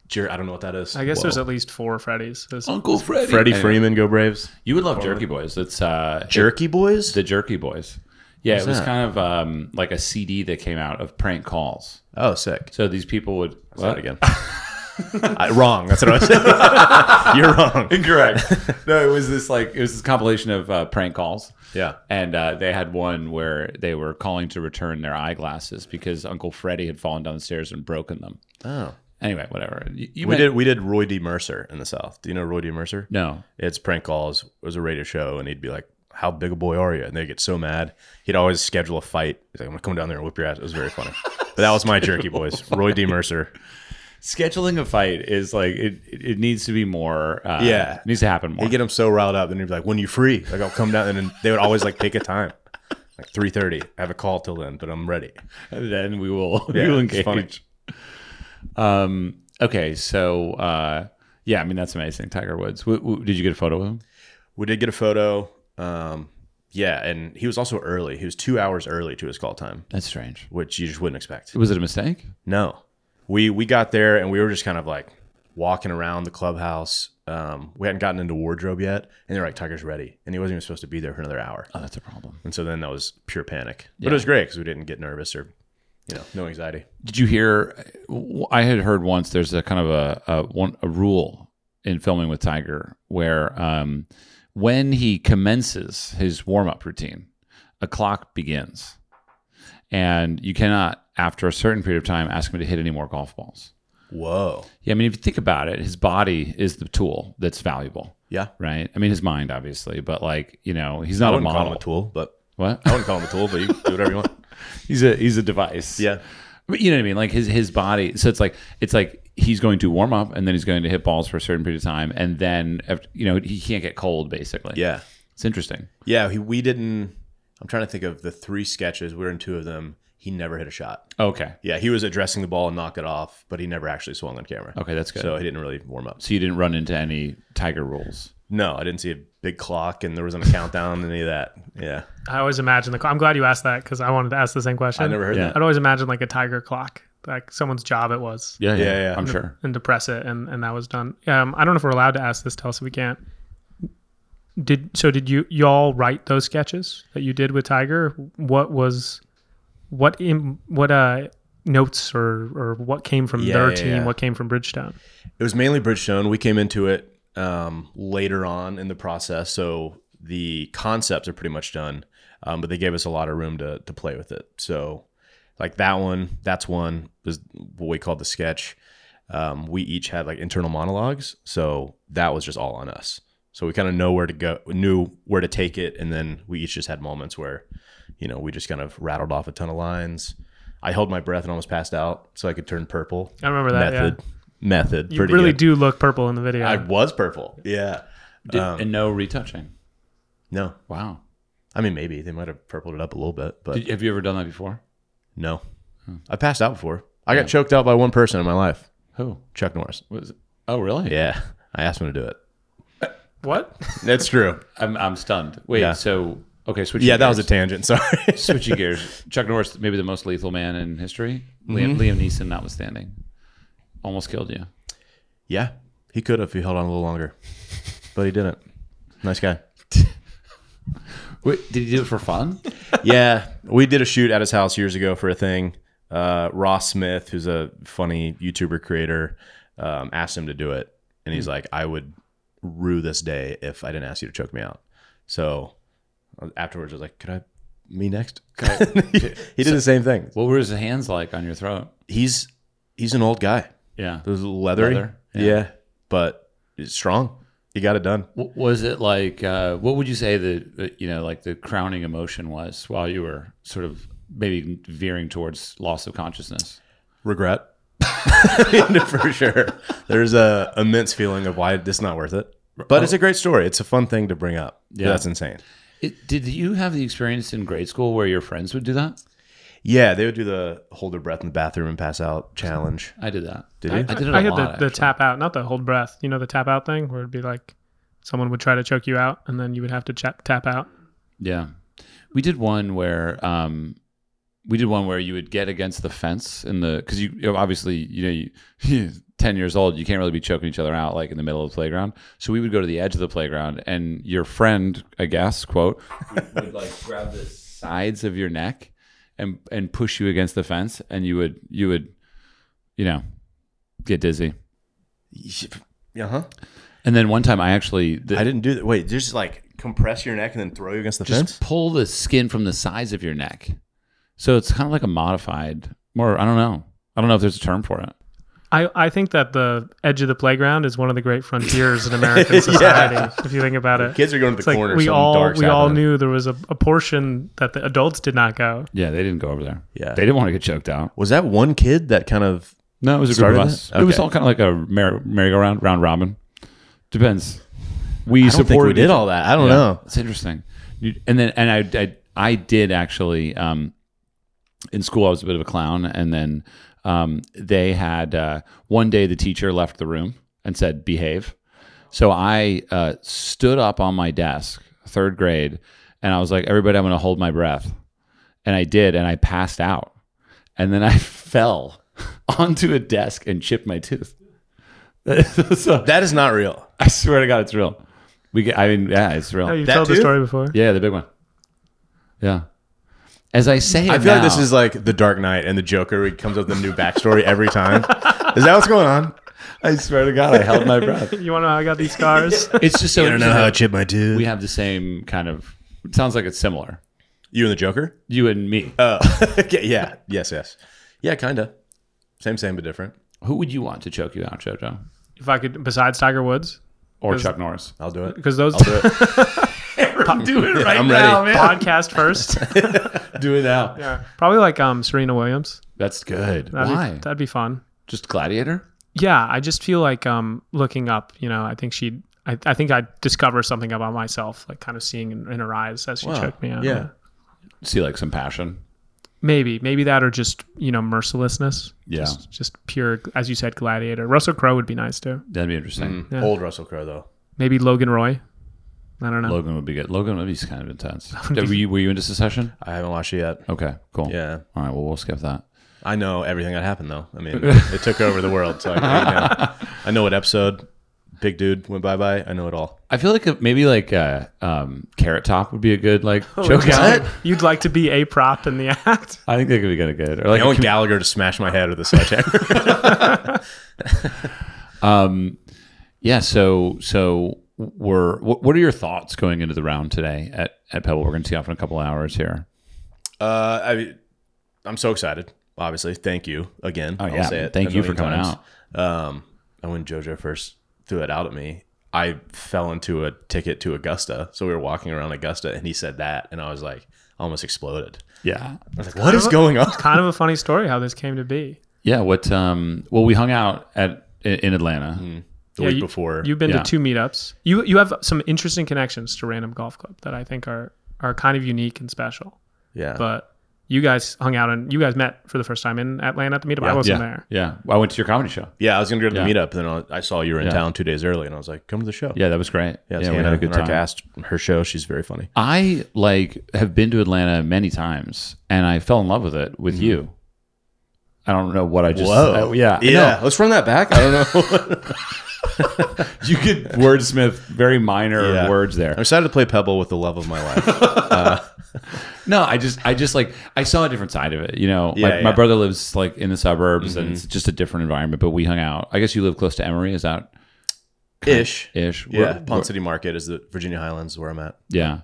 Speaker 3: Jer- I don't know what that is.
Speaker 5: I guess there's at least four Freddies. There's-
Speaker 3: Oh.
Speaker 1: Uncle Freddy. Oh.
Speaker 3: Freddie Freeman, go Braves.
Speaker 1: You would love Jerky Boys. It's uh,
Speaker 3: Jerky Boys?
Speaker 1: the Jerky Boys. Yeah, it was
Speaker 3: that?
Speaker 1: kind of um, like a CD that came out of prank calls.
Speaker 3: oh, sick.
Speaker 1: So these people would.
Speaker 3: Say that again. I, wrong. That's what I was. You're wrong.
Speaker 1: Incorrect. no, it was this like it was this compilation of uh, prank calls.
Speaker 3: Yeah.
Speaker 1: and uh, they had one where they were calling to return their eyeglasses because Uncle Freddy had fallen down the stairs and broken them.
Speaker 3: Oh.
Speaker 1: Anyway, whatever. You, you
Speaker 3: We
Speaker 1: meant-
Speaker 3: did we did Roy D. Mercer in the South. Do you know Roy D. Mercer?
Speaker 1: no.
Speaker 3: It's prank calls. It was a radio show, and he'd be like, "How big a boy are you?" And they get so mad. He'd always schedule a fight. He's like, "I'm gonna come down there and whip your ass." It was very funny. but that was my jerky boys. Roy D. Mercer.
Speaker 1: scheduling a fight is like it. It it needs to be more. Uh,
Speaker 3: Yeah.
Speaker 1: it needs to happen more.
Speaker 3: You get them so riled up, and you'd be like, "When you free?" Like I'll come down, and then they would always like pick a time, like three thirty. I have a call till then, but I'm ready.
Speaker 1: And then we will
Speaker 3: Yeah,
Speaker 1: we will
Speaker 3: it's funny.
Speaker 1: engage. Um. Okay. So. Uh. Yeah. I mean, that's amazing. Tiger Woods. W- w- did you get a photo of him?
Speaker 3: We did get a photo. Um, yeah, and he was also early. He was two hours early to his call time,
Speaker 1: That's strange.
Speaker 3: which you just wouldn't expect.
Speaker 1: Was it a mistake?
Speaker 3: No, we we got there and we were just kind of like walking around the clubhouse. Um, we hadn't gotten into wardrobe yet, and they're like, "Tiger's ready," and he wasn't even supposed to be there for another hour.
Speaker 1: Oh, that's a problem.
Speaker 3: And so then that was pure panic. But it was great because we didn't get nervous or, you know, no anxiety.
Speaker 1: Did you hear? I had heard once. There's a kind of a, a one a rule in filming with Tiger where um, when he commences his warm up routine, a clock begins, and you cannot after a certain period of time ask him to hit any more golf balls.
Speaker 3: Whoa.
Speaker 1: Yeah, I mean, if you think about it, his body is the tool that's valuable,
Speaker 3: Yeah.
Speaker 1: right? I mean, his mind, obviously, but like you know, he's not a
Speaker 3: I wouldn't call him
Speaker 1: model.
Speaker 3: a tool, but
Speaker 1: What?
Speaker 3: I wouldn't call him a tool, but you can do whatever you want.
Speaker 1: he's a he's a device.
Speaker 3: Yeah.
Speaker 1: But you know what I mean? Like his his body. So it's like it's like he's going to warm up and then he's going to hit balls for a certain period of time and then after, you know he can't get cold basically.
Speaker 3: Yeah.
Speaker 1: it's interesting.
Speaker 3: Yeah. He, we didn't, I'm trying to think of the three sketches. We were in two of them. He never hit a shot.
Speaker 1: Okay,
Speaker 3: Yeah. He was addressing the ball and knocked it off, but he never actually swung on camera.
Speaker 1: okay, that's good. So,
Speaker 3: So he didn't really warm up.
Speaker 1: you didn't run into any tiger rules.
Speaker 3: No, I didn't see a big clock and there wasn't a countdown and any of that. Yeah.
Speaker 2: I always imagine the. cl- I'm glad you asked that because I wanted to ask the same question.
Speaker 3: I never heard
Speaker 1: Um, Yeah.
Speaker 3: that.
Speaker 2: I'd always imagine like a tiger clock, like someone's job it was,
Speaker 1: Yeah,
Speaker 3: Yeah, yeah.
Speaker 1: I'm sure.
Speaker 2: and to press it, and and that was done. Um, I don't know if we're allowed to ask this. Tell us if we can't. Did so? Did you y'all write those sketches that you did with Tiger? What was, what in what uh notes or or what came from
Speaker 3: Yeah,
Speaker 2: their
Speaker 3: yeah,
Speaker 2: team?
Speaker 3: yeah.
Speaker 2: What came from Bridgestone?
Speaker 3: It was mainly Bridgestone. We came into it um, later on in the process, so the concepts are pretty much done, um, but they gave us a lot of room to to play with it. So, like that one, that's one was what we called the sketch. Um, we each had like internal monologues, so that was just all on us. So we kind of know where to go, knew where to take it, and then we each just had moments where, you know, we just kind of rattled off a ton of lines. I held my breath and almost passed out, so I could turn purple
Speaker 2: I remember that.
Speaker 3: method.
Speaker 2: Yeah.
Speaker 3: Method.
Speaker 2: You
Speaker 3: pretty
Speaker 2: really
Speaker 3: good.
Speaker 2: do look purple in the video.
Speaker 3: I was purple. Yeah.
Speaker 1: Did,
Speaker 3: Um,
Speaker 1: and no retouching.
Speaker 3: No.
Speaker 1: Wow.
Speaker 3: I mean, maybe they might have purpled it up a little bit, but
Speaker 1: Did, have you ever done that before?
Speaker 3: no.
Speaker 2: Hmm.
Speaker 3: I passed out before. I got choked out by one person in my life,
Speaker 1: Who
Speaker 3: Chuck Norris.
Speaker 1: was? it? Oh, really?
Speaker 3: Yeah. I asked him to do it.
Speaker 2: what?
Speaker 3: That's true.
Speaker 1: I'm I'm stunned. Wait.
Speaker 3: Yeah.
Speaker 1: So okay, switch.
Speaker 3: yeah, that was a tangent. Sorry.
Speaker 1: switching gears. Chuck Norris, maybe the most lethal man in history.
Speaker 3: Mm-hmm.
Speaker 1: Liam, Liam Neeson, notwithstanding, almost killed you.
Speaker 3: yeah. He could have if he held on a little longer, but he didn't. Nice guy.
Speaker 1: Wait, did he do it for fun?
Speaker 3: yeah, we did a shoot at his house years ago for a thing. Uh, Ross Smith, who's a funny YouTuber creator, um, asked him to do it, and he's like, "I would rue this day if I didn't ask you to choke me out." So uh, afterwards, I was like, "Could I?" Me next. he did the same thing.
Speaker 1: what were his hands like on your throat?
Speaker 3: He's he's an old guy.
Speaker 1: Yeah.
Speaker 3: It was leathery.
Speaker 1: Leather,
Speaker 3: yeah. but he's strong. He got it done.
Speaker 1: W- Was it like uh, what would you say the uh, you know like the crowning emotion was while you were sort of maybe veering towards loss of consciousness?
Speaker 3: Regret. for sure. There's a immense feeling of why this is not worth it. But it's a great story. It's a fun thing to bring up. Yeah. That's insane.
Speaker 1: It, did you have the experience in grade school where your friends would do that?
Speaker 3: Yeah, they would do the hold their breath in the bathroom and pass out challenge.
Speaker 1: I did that.
Speaker 3: Did
Speaker 1: I,
Speaker 3: you?
Speaker 1: I did it
Speaker 2: I
Speaker 1: a
Speaker 2: had
Speaker 1: lot.
Speaker 2: the, the
Speaker 1: actually.
Speaker 2: tap out, not the hold breath. You know the tap out thing where it'd be like someone would try to choke you out, and then you would have to chap, tap out.
Speaker 1: Yeah. We did one where um we did one where you would get against the fence in the cuz you, you know, obviously, you know, you, 10 years old, you can't really be choking each other out like in the middle of the playground. So we would go to the edge of the playground and your friend, I guess, quote, would, would like grab the sides of your neck and and push you against the fence and you would you would you know, get dizzy.
Speaker 3: Uh huh.
Speaker 1: And then one time I actually the,
Speaker 3: I didn't do that. Wait, just like compress your neck and then throw you against the
Speaker 1: just
Speaker 3: fence?
Speaker 1: pull the skin from the sides of your neck. So it's kind of like a modified, or I don't know. I don't know if there's a term for it.
Speaker 2: I, I think that the edge of the playground is one of the great frontiers in American society. If you think about it,
Speaker 3: Kids are going to
Speaker 2: it's
Speaker 3: the
Speaker 2: like
Speaker 3: corner.
Speaker 2: we
Speaker 3: something
Speaker 2: all
Speaker 3: dark's
Speaker 2: we all
Speaker 3: happening.
Speaker 2: knew there was a, a portion that the adults did not go.
Speaker 1: Yeah, they didn't go over there.
Speaker 3: Yeah.
Speaker 1: they didn't want to get choked out.
Speaker 3: Was that one kid that kind of
Speaker 1: No, it was a
Speaker 3: Started
Speaker 1: group of us.
Speaker 3: it?
Speaker 1: It was
Speaker 3: Okay.
Speaker 1: all kind of like a merry- merry-go-round, round robin. Depends. We
Speaker 3: I don't think we
Speaker 1: supported
Speaker 3: did
Speaker 1: each-
Speaker 3: all that. I don't
Speaker 1: Yeah,
Speaker 3: know.
Speaker 1: It's interesting. You, and then and I, I I did actually um, in school I was a bit of a clown, and then um, they had uh, one day the teacher left the room and said behave. So I uh, stood up on my desk, third grade, and I was like, everybody, I'm going to hold my breath, and I did, and I passed out, and then I fell onto a desk and chipped my tooth. so
Speaker 3: That is not real.
Speaker 1: I swear to God, it's real. We get, I mean, yeah, it's real.
Speaker 2: Oh, you've
Speaker 3: That
Speaker 2: told the
Speaker 3: too?
Speaker 2: story before.
Speaker 1: Yeah, the big one. Yeah. As I say,
Speaker 3: I
Speaker 1: it
Speaker 3: feel like this
Speaker 1: now-
Speaker 3: is like the Dark Knight and the Joker. He comes up with a new backstory every time. Is that what's going on?
Speaker 1: I swear to God, I held my breath.
Speaker 2: you want to know how I got these scars?
Speaker 1: It's just so
Speaker 3: I don't know
Speaker 1: interesting
Speaker 3: how I
Speaker 1: that
Speaker 3: chip my tooth.
Speaker 1: we have the same kind of. It sounds like it's similar.
Speaker 3: you and the Joker?
Speaker 1: You and me.
Speaker 3: Oh, okay, yeah. Yes, yes. Yeah, kind of. Same, same, but different.
Speaker 1: Who would you want to choke you out, JoJo,
Speaker 2: if I could, besides Tiger Woods,
Speaker 1: or Chuck Norris?
Speaker 3: I'll do it.
Speaker 2: because those
Speaker 3: I'll do it.
Speaker 1: Do it
Speaker 3: right I'm ready. now,
Speaker 2: podcast first.
Speaker 1: Do it now.
Speaker 2: yeah, probably like um Serena Williams.
Speaker 1: That's good.
Speaker 2: That'd
Speaker 1: Why?
Speaker 2: Be, that'd be fun.
Speaker 1: just Gladiator?
Speaker 2: Yeah, I just feel like um looking up. You know, I think she. I, I think I discover something about myself, like kind of seeing in, in her eyes as she choked me out.
Speaker 3: Yeah.
Speaker 1: See, like some passion.
Speaker 2: maybe, maybe that or just you know mercilessness.
Speaker 1: Yeah.
Speaker 2: just, just pure, as you said, gladiator. Russell Crowe would be nice too.
Speaker 1: That'd be interesting.
Speaker 2: Yeah.
Speaker 3: Old Russell Crowe, though.
Speaker 2: Maybe Logan Roy. I don't know.
Speaker 1: Logan would be good. Logan would be kind of intense. were, you, were you into Secession?
Speaker 3: I haven't watched it yet.
Speaker 1: Okay, cool.
Speaker 3: Yeah.
Speaker 1: All right. Well, we'll skip that.
Speaker 3: I know everything that happened, though. I mean, it took over the world. So I, I know. I know what episode. Big dude went bye bye. I know it all.
Speaker 1: I feel like a, maybe like uh, um, Carrot Top would be a good like joke out.
Speaker 2: You'd like to be a prop in the act.
Speaker 1: I think that could be kind of good. Or like
Speaker 3: I want Gallagher to smash my head with a sledgehammer.
Speaker 1: yeah. So so we're what, what are your thoughts going into the round today at at Pebble? We're going to see off in a couple hours here.
Speaker 3: uh, I, mean, I'm so excited. Obviously, thank you again.
Speaker 1: Oh, yeah. Thank
Speaker 3: a
Speaker 1: you for
Speaker 3: million
Speaker 1: coming
Speaker 3: times. Um, and when JoJo first threw it out at me, I fell into a ticket to Augusta. So we were walking around Augusta, and he said that, and I was like, almost exploded.
Speaker 1: Yeah.
Speaker 3: I was like, what is going on?
Speaker 2: Kind of a funny story how this came to be.
Speaker 1: Yeah. What? Um. Well, we hung out at in, in Atlanta.
Speaker 3: The
Speaker 2: Yeah,
Speaker 3: week
Speaker 2: you-
Speaker 3: before,
Speaker 2: You've been
Speaker 1: Yeah.
Speaker 2: to two meetups. You you have some interesting connections to Random Golf Club that I think are are kind of unique and special.
Speaker 3: yeah,
Speaker 2: But you guys hung out and you guys met for the first time in Atlanta at the meetup. I wasn't
Speaker 1: Yeah.
Speaker 2: there.
Speaker 1: Yeah. Well, I went to your comedy show.
Speaker 3: yeah. I was gonna go to the
Speaker 1: Yeah.
Speaker 3: meetup, and then I I saw you were in town two days early, and I was like, come to the show.
Speaker 1: Yeah, that was great.
Speaker 3: yeah.
Speaker 1: yeah
Speaker 3: yeah
Speaker 1: we had a good
Speaker 3: in our
Speaker 1: time.
Speaker 3: cast, her show. She's very funny.
Speaker 1: I like have been to Atlanta many times, and I fell in love with it
Speaker 3: Mm-hmm.
Speaker 1: with you. I don't know what I just.
Speaker 3: Whoa.
Speaker 1: uh, yeah, I
Speaker 3: yeah.
Speaker 1: know.
Speaker 3: Let's run that back. I don't know.
Speaker 1: You could wordsmith very minor
Speaker 3: Yeah.
Speaker 1: words there.
Speaker 3: I'm excited to play Pebble with the love of my life.
Speaker 1: No, I just, I just like, I saw a different side of it. You know, my,
Speaker 3: Yeah, Mm-hmm.
Speaker 1: my
Speaker 3: yeah.
Speaker 1: brother lives like in the suburbs, and it's just a different environment. But we hung out. I guess you live close to Emory, is that
Speaker 3: Ish.
Speaker 1: ish?
Speaker 3: Yeah,
Speaker 1: We're-
Speaker 3: Pond City Market is the Virginia Highlands where I'm at.
Speaker 1: yeah,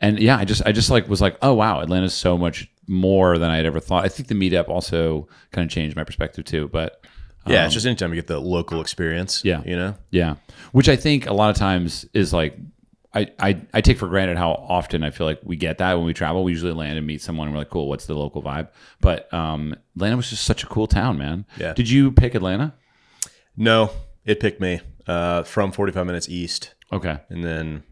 Speaker 1: and yeah, I just, I just like was like, oh wow, Atlanta's so much more than I had ever thought. I think the meetup also kind of changed my perspective too. But
Speaker 3: Yeah, it's just anytime you get the local experience.
Speaker 1: Um, Yeah.
Speaker 3: you know.
Speaker 1: Yeah, which I think a lot of times is like I, I I take for granted how often I feel like we get that when we travel. We usually land and meet someone. and We're like, cool, what's the local vibe? But um, Atlanta was just such a cool town, man.
Speaker 3: Yeah.
Speaker 1: Did you pick Atlanta?
Speaker 3: No, it picked me uh, from 45 minutes east,
Speaker 1: Okay.
Speaker 3: and then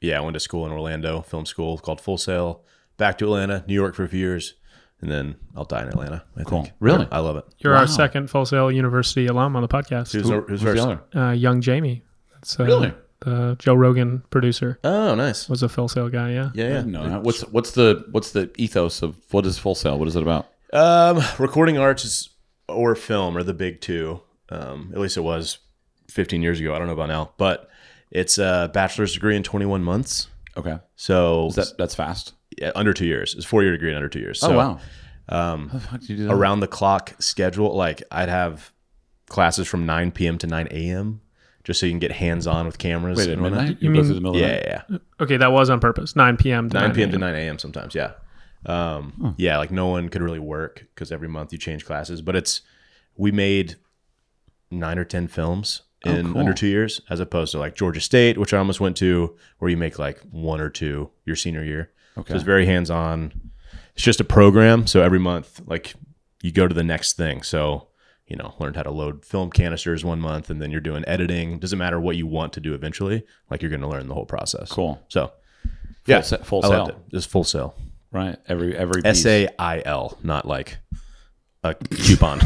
Speaker 3: yeah, I went to school in Orlando, film school called Full Sail. Back to Atlanta, New York for a few years, and then I'll die in Atlanta. I
Speaker 1: Cool.
Speaker 3: think.
Speaker 1: Really?
Speaker 3: I love it.
Speaker 2: You're
Speaker 1: Wow.
Speaker 2: our second Full Sail University alum on the podcast.
Speaker 3: Who's, who's first?
Speaker 2: Uh, young Jamie. That's uh,
Speaker 1: Really?
Speaker 2: the Joe Rogan producer
Speaker 3: Oh, nice.
Speaker 2: was a Full Sail guy. Yeah.
Speaker 3: Yeah, yeah.
Speaker 1: No. What's what's the what's the ethos of what is Full Sail? What is it about?
Speaker 3: Um, recording arts is, or film are the big two. Um, at least it was 15 years ago. I don't know about now, but it's a bachelor's degree in 21 months.
Speaker 1: Okay.
Speaker 3: So
Speaker 1: Is that that's fast?
Speaker 3: yeah, under two years. It's a four year degree in under two years. So
Speaker 1: oh wow. Um, how the fuck do you do that?
Speaker 3: around the clock schedule. Like I'd have classes from 9 p.m. to 9 a.m. just so you can get hands on with cameras.
Speaker 1: Wait, at
Speaker 3: and whatnot.
Speaker 1: midnight?
Speaker 2: You
Speaker 1: go
Speaker 2: mean-
Speaker 1: through the middle of the
Speaker 3: Yeah,
Speaker 1: night?
Speaker 3: yeah, yeah.
Speaker 2: Okay, that was on purpose. 9 p.m. to
Speaker 3: 9 p.m. to
Speaker 2: a.m.
Speaker 3: 9 a.m. sometimes. Yeah. Um, Yeah, like no one could really work because every month you change classes. But it's we made nine or ten films in
Speaker 1: Oh, cool.
Speaker 3: under two years, as opposed to like Georgia State, which I almost went to, where you make like one or two your senior year.
Speaker 1: Okay.
Speaker 3: So it's very hands on. It's just a program. So every month, like you go to the next thing. So you know, learned how to load film canisters one month and then you're doing editing. Doesn't matter what you want to do eventually, like you're going to learn the whole process.
Speaker 1: Cool.
Speaker 3: So, yeah,
Speaker 1: sa- full
Speaker 3: I loved
Speaker 1: sail.
Speaker 3: it. Just full sale.
Speaker 1: Right. Every every piece.
Speaker 3: S A I L, not like a coupon.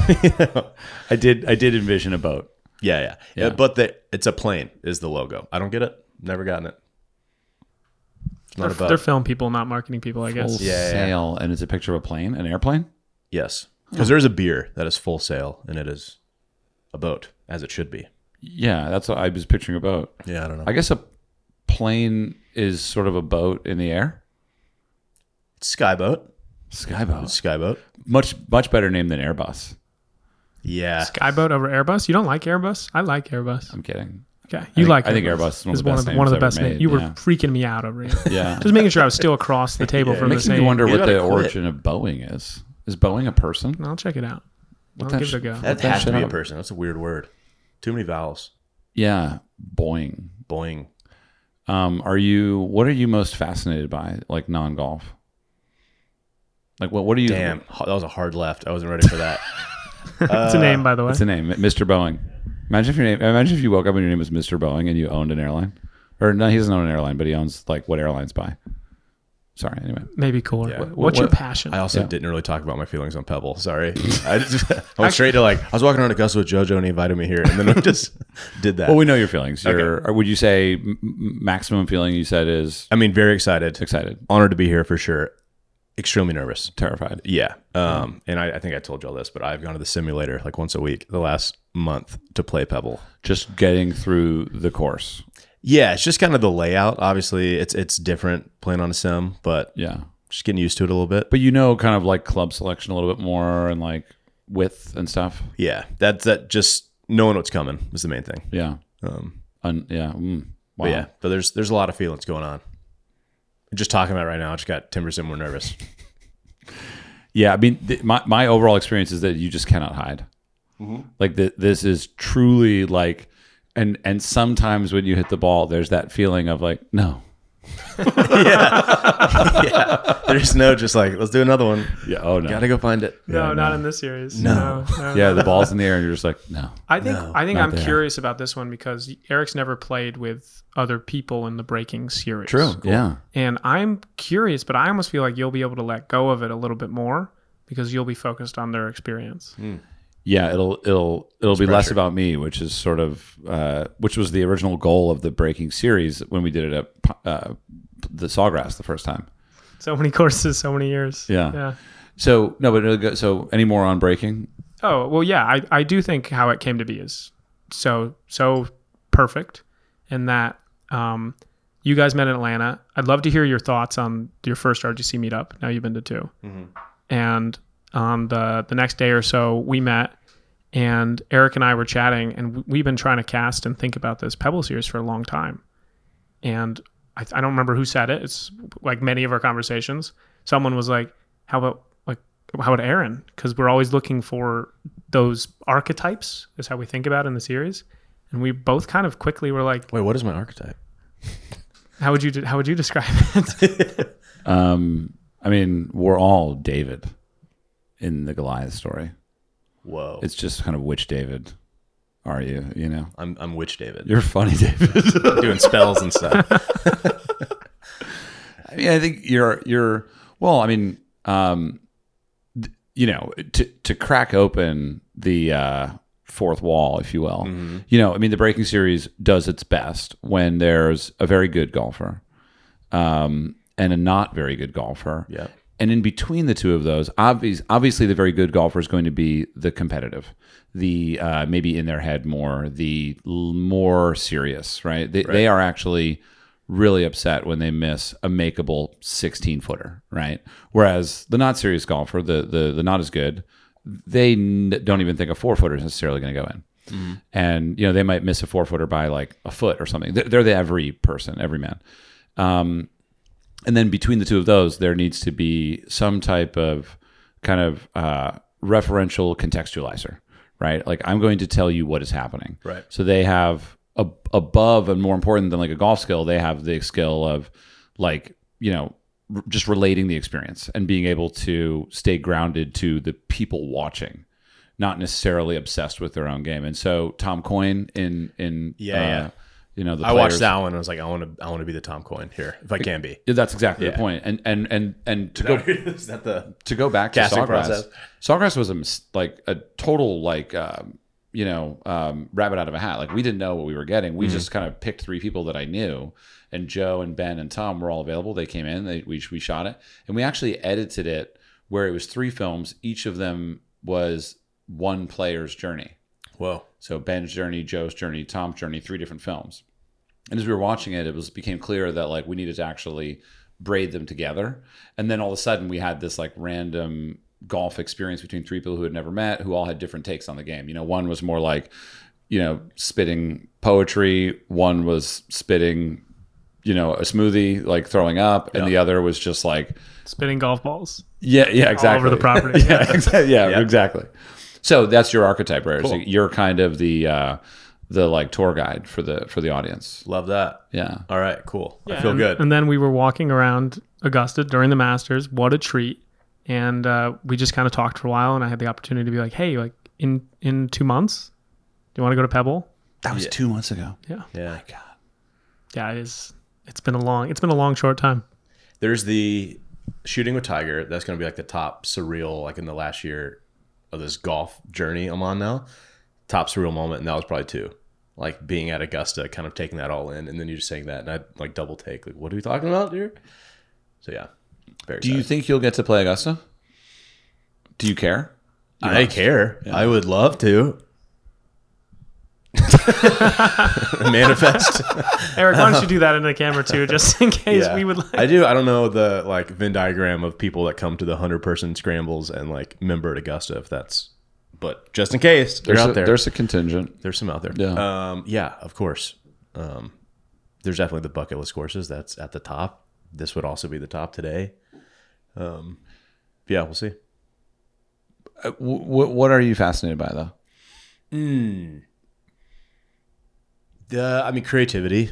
Speaker 1: I did I did envision a boat.
Speaker 3: Yeah, yeah. yeah. but the, it's a plane is the logo. I don't get it. Never gotten it. It's not
Speaker 2: They're,
Speaker 3: a boat.
Speaker 2: they're film people, not marketing people, I guess.
Speaker 1: Full
Speaker 3: yeah, yeah.
Speaker 1: sail, and it's a picture of a plane, an airplane.
Speaker 3: yes. Because there's a beer that is full sail and it is a boat, as it should be.
Speaker 1: Yeah, that's what I was picturing a boat.
Speaker 3: Yeah, I don't know.
Speaker 1: I guess a plane is sort of a boat in the air.
Speaker 3: Skyboat.
Speaker 1: Skyboat.
Speaker 3: Skyboat.
Speaker 1: Much much better name than Airbus.
Speaker 3: Yeah.
Speaker 2: Skyboat over Airbus. You don't like Airbus? I like Airbus.
Speaker 1: I'm kidding.
Speaker 2: Okay, you
Speaker 1: think-
Speaker 2: like.
Speaker 1: I think Airbus is one of the best
Speaker 2: one of the
Speaker 1: names
Speaker 2: best
Speaker 1: ever
Speaker 2: names.
Speaker 1: made,
Speaker 2: You were
Speaker 1: yeah.
Speaker 2: freaking me out over here.
Speaker 1: Yeah.
Speaker 2: Just making sure I was still across the table from the
Speaker 1: Makes me
Speaker 2: same.
Speaker 1: wonder
Speaker 3: You
Speaker 1: what
Speaker 3: gotta
Speaker 1: the
Speaker 3: quit.
Speaker 1: origin of Boeing is. Is Boeing a person?
Speaker 2: I'll check it out. I'll
Speaker 1: that
Speaker 2: give it a
Speaker 1: shit-
Speaker 2: go.
Speaker 3: That
Speaker 1: that
Speaker 3: has to
Speaker 1: shit
Speaker 3: be a
Speaker 1: up.
Speaker 3: person. That's a weird word. Too many vowels.
Speaker 1: Yeah, Boeing.
Speaker 3: Boing.
Speaker 1: Um, are you? What are you most fascinated by? Like non golf. Like what? What are you?
Speaker 3: Damn. h- That was a hard left. I wasn't ready for that.
Speaker 1: Uh,
Speaker 2: It's a name, by the way.
Speaker 1: What's the name? Mr. Boeing. Imagine if your name. Imagine if you woke up and your name was Mr. Boeing and you owned an airline, or no, he doesn't own an airline, but he owns like what airlines buy. Sorry. Anyway,
Speaker 2: Maybe cooler.
Speaker 3: Yeah.
Speaker 2: What's your passion?
Speaker 3: I also didn't really talk about my feelings on Pebble. Sorry. I, just, I went straight to like, I was walking around Augusta with JoJo and he invited me here. And then I just did that.
Speaker 1: well, we know your feelings. Your or would you say m- m- maximum feeling you said is
Speaker 3: I mean, very excited.
Speaker 1: excited,
Speaker 3: Honored to be here for sure. Extremely nervous.
Speaker 1: terrified.
Speaker 3: Yeah. Um, and I, I think I told y'all this, but I've gone to the simulator like once a week the last month to play Pebble.
Speaker 1: Just getting through the course.
Speaker 3: Yeah, it's just kind of the layout. Obviously, it's it's different playing on a sim, but
Speaker 1: Yeah.
Speaker 3: just getting used to it a little bit.
Speaker 1: But you know, kind of like club selection a little bit more and like width and stuff.
Speaker 3: Yeah, that's that just knowing what's coming is the main thing.
Speaker 1: Yeah.
Speaker 3: Um,
Speaker 1: Un- yeah. Mm. Wow.
Speaker 3: But yeah, but there's there's a lot of feelings going on. Just talking about it right now, I just got ten percent more nervous.
Speaker 1: Yeah, I mean, th- my my overall experience is that you just cannot hide. Like th- this is truly like, and and sometimes when you hit the ball, there's that feeling of like, no,
Speaker 3: There's no just like let's do another one.
Speaker 1: yeah, oh no,
Speaker 3: Gotta go find it.
Speaker 2: no, not in this series. No. no,
Speaker 1: yeah, the ball's in the air, and you're just like, no,
Speaker 2: I think I think
Speaker 1: not
Speaker 2: I'm
Speaker 1: there.
Speaker 2: curious about this one because Eric's never played with other people in the breaking series.
Speaker 1: yeah,
Speaker 2: And I'm curious, but I almost feel like you'll be able to let go of it a little bit more because you'll be focused on their experience.
Speaker 1: Mm. yeah. It'll it'll it'll be less about me, which is sort of uh, which was the original goal of the breaking series when we did it at P- uh, the Sawgrass the first time.
Speaker 2: So many courses, so many years.
Speaker 1: Yeah.
Speaker 2: Yeah.
Speaker 1: So no, but it'll go, so any more on breaking?
Speaker 2: Oh well, yeah. I, I do think how it came to be is so so perfect, and that um, you guys met in Atlanta. I'd love to hear your thoughts on your first RGC meetup. Now you've been to 2 and on the the next day or so we met, and Eric and I were chatting, and w- we've been trying to cast and think about this Pebble series for a long time, and I, I don't remember who said it. It's like many of our conversations. Someone was like, "How about like how about Aaron?" Because we're always looking for those archetypes. Is how we think about it in the series, and we both kind of quickly were like,
Speaker 3: Wait, what is my archetype?
Speaker 2: "How would you de- how would you describe it?"
Speaker 1: Um, I mean, we're all David in the Goliath story.
Speaker 3: Whoa,
Speaker 1: It's just kind of which David are you? You know,
Speaker 3: I'm I'm Witch David.
Speaker 1: you're funny, David.
Speaker 3: You're doing spells and stuff.
Speaker 1: I mean, I think you're you're well. I mean, um, th- you know, to to crack open the uh, fourth wall, if you will. You know, I mean, the breaking series does its best when there's a very good golfer, um, and a not very good golfer.
Speaker 3: Yeah.
Speaker 1: And in between the two of those, obvious, obviously, the very good golfer is going to be the competitive, the uh, maybe in their head more, the l- more serious, right? They, they are actually really upset when they miss a makeable 16 footer, right? Whereas the not serious golfer, the the, the not as good, they n- don't even think a four footer is necessarily going to go in. And you know they might miss a four footer by like a foot or something. They're, they're the every person, every man and then between the two of those, there needs to be some type of kind of uh, referential contextualizer, right? Like I'm going to tell you what is happening.
Speaker 3: Right.
Speaker 1: So they have a, above and more important than like a golf skill, they have the skill of like you know r- just relating the experience and being able to stay grounded to the people watching not necessarily obsessed with their own game. And so Tom Coyne in in uh,
Speaker 3: Yeah, yeah.
Speaker 1: you know the
Speaker 3: I watched
Speaker 1: players-
Speaker 3: that one and I was like, I want to, I want to be the Tom Coin here if I can be.
Speaker 1: Yeah, that's exactly the point. And and and and to go
Speaker 3: Is that the
Speaker 1: to go back to
Speaker 3: Casting
Speaker 1: Sawgrass,
Speaker 3: process.
Speaker 1: Sawgrass was a mis- like a total like um, you know um, rabbit out of a hat. Like we didn't know what we were getting.
Speaker 3: Mm-hmm.
Speaker 1: We just kind of picked three people that I knew, and Joe and Ben and Tom were all available. They came in. They we we shot it, and we actually edited it where it was three films. Each of them was one player's journey.
Speaker 3: whoa?
Speaker 1: So Ben's journey, Joe's journey, Tom's journey, three different films. And as we were watching it, it was became clear that like we needed to actually braid them together. And then all of a sudden we had this like random golf experience between three people who had never met, who all had different takes on the game. You know, one was more like, you know, spitting poetry, one was spitting, you know, a smoothie, like throwing up, and the other was just like
Speaker 2: spinning golf balls
Speaker 1: yeah, yeah, exactly.
Speaker 2: all over the property.
Speaker 1: yeah, exactly. Yeah, exactly. So that's your archetype, right? So you're kind of the uh, the like tour guide for the for the audience.
Speaker 3: Love that.
Speaker 1: Yeah.
Speaker 3: All right, cool. I feel
Speaker 2: and,
Speaker 3: good.
Speaker 2: And then we were walking around Augusta during the Masters. What a treat! And uh, we just kind of talked for a while, and I had the opportunity to be like, "Hey, like in in two months, do you want to go to Pebble?"
Speaker 6: That was two months ago.
Speaker 3: yeah.
Speaker 2: Yeah, it is. It's been a long. It's been a long short time.
Speaker 3: There's the shooting with Tiger. That's going to be like the top surreal, like in the last year of this golf journey I'm on now. Top surreal moment, and that was probably two. Like being at Augusta, kind of taking that all in, and then you're just saying that, and I like double take, like, what are we talking about here? So yeah, very.
Speaker 6: Do you
Speaker 3: excited.
Speaker 6: think you'll get to play Augusta?
Speaker 1: Do you care?
Speaker 3: I care? I would love to. Manifest.
Speaker 2: Eric, why don't you do that into the camera too, just in case we would like.
Speaker 3: I do. I don't know the like Venn diagram of people that come to the hundred person scrambles and like member at Augusta. If that's, but just in case they're
Speaker 1: There's
Speaker 3: out
Speaker 1: a,
Speaker 3: there.
Speaker 1: There's a contingent.
Speaker 3: There's some out there.
Speaker 1: Yeah.
Speaker 3: Um, yeah, of course. Um, there's definitely the bucket list courses that's at the top. This would also be the top today. Um, yeah, we'll see.
Speaker 6: Uh, wh- wh- what are you fascinated by though?
Speaker 3: The, Uh, I mean, creativity.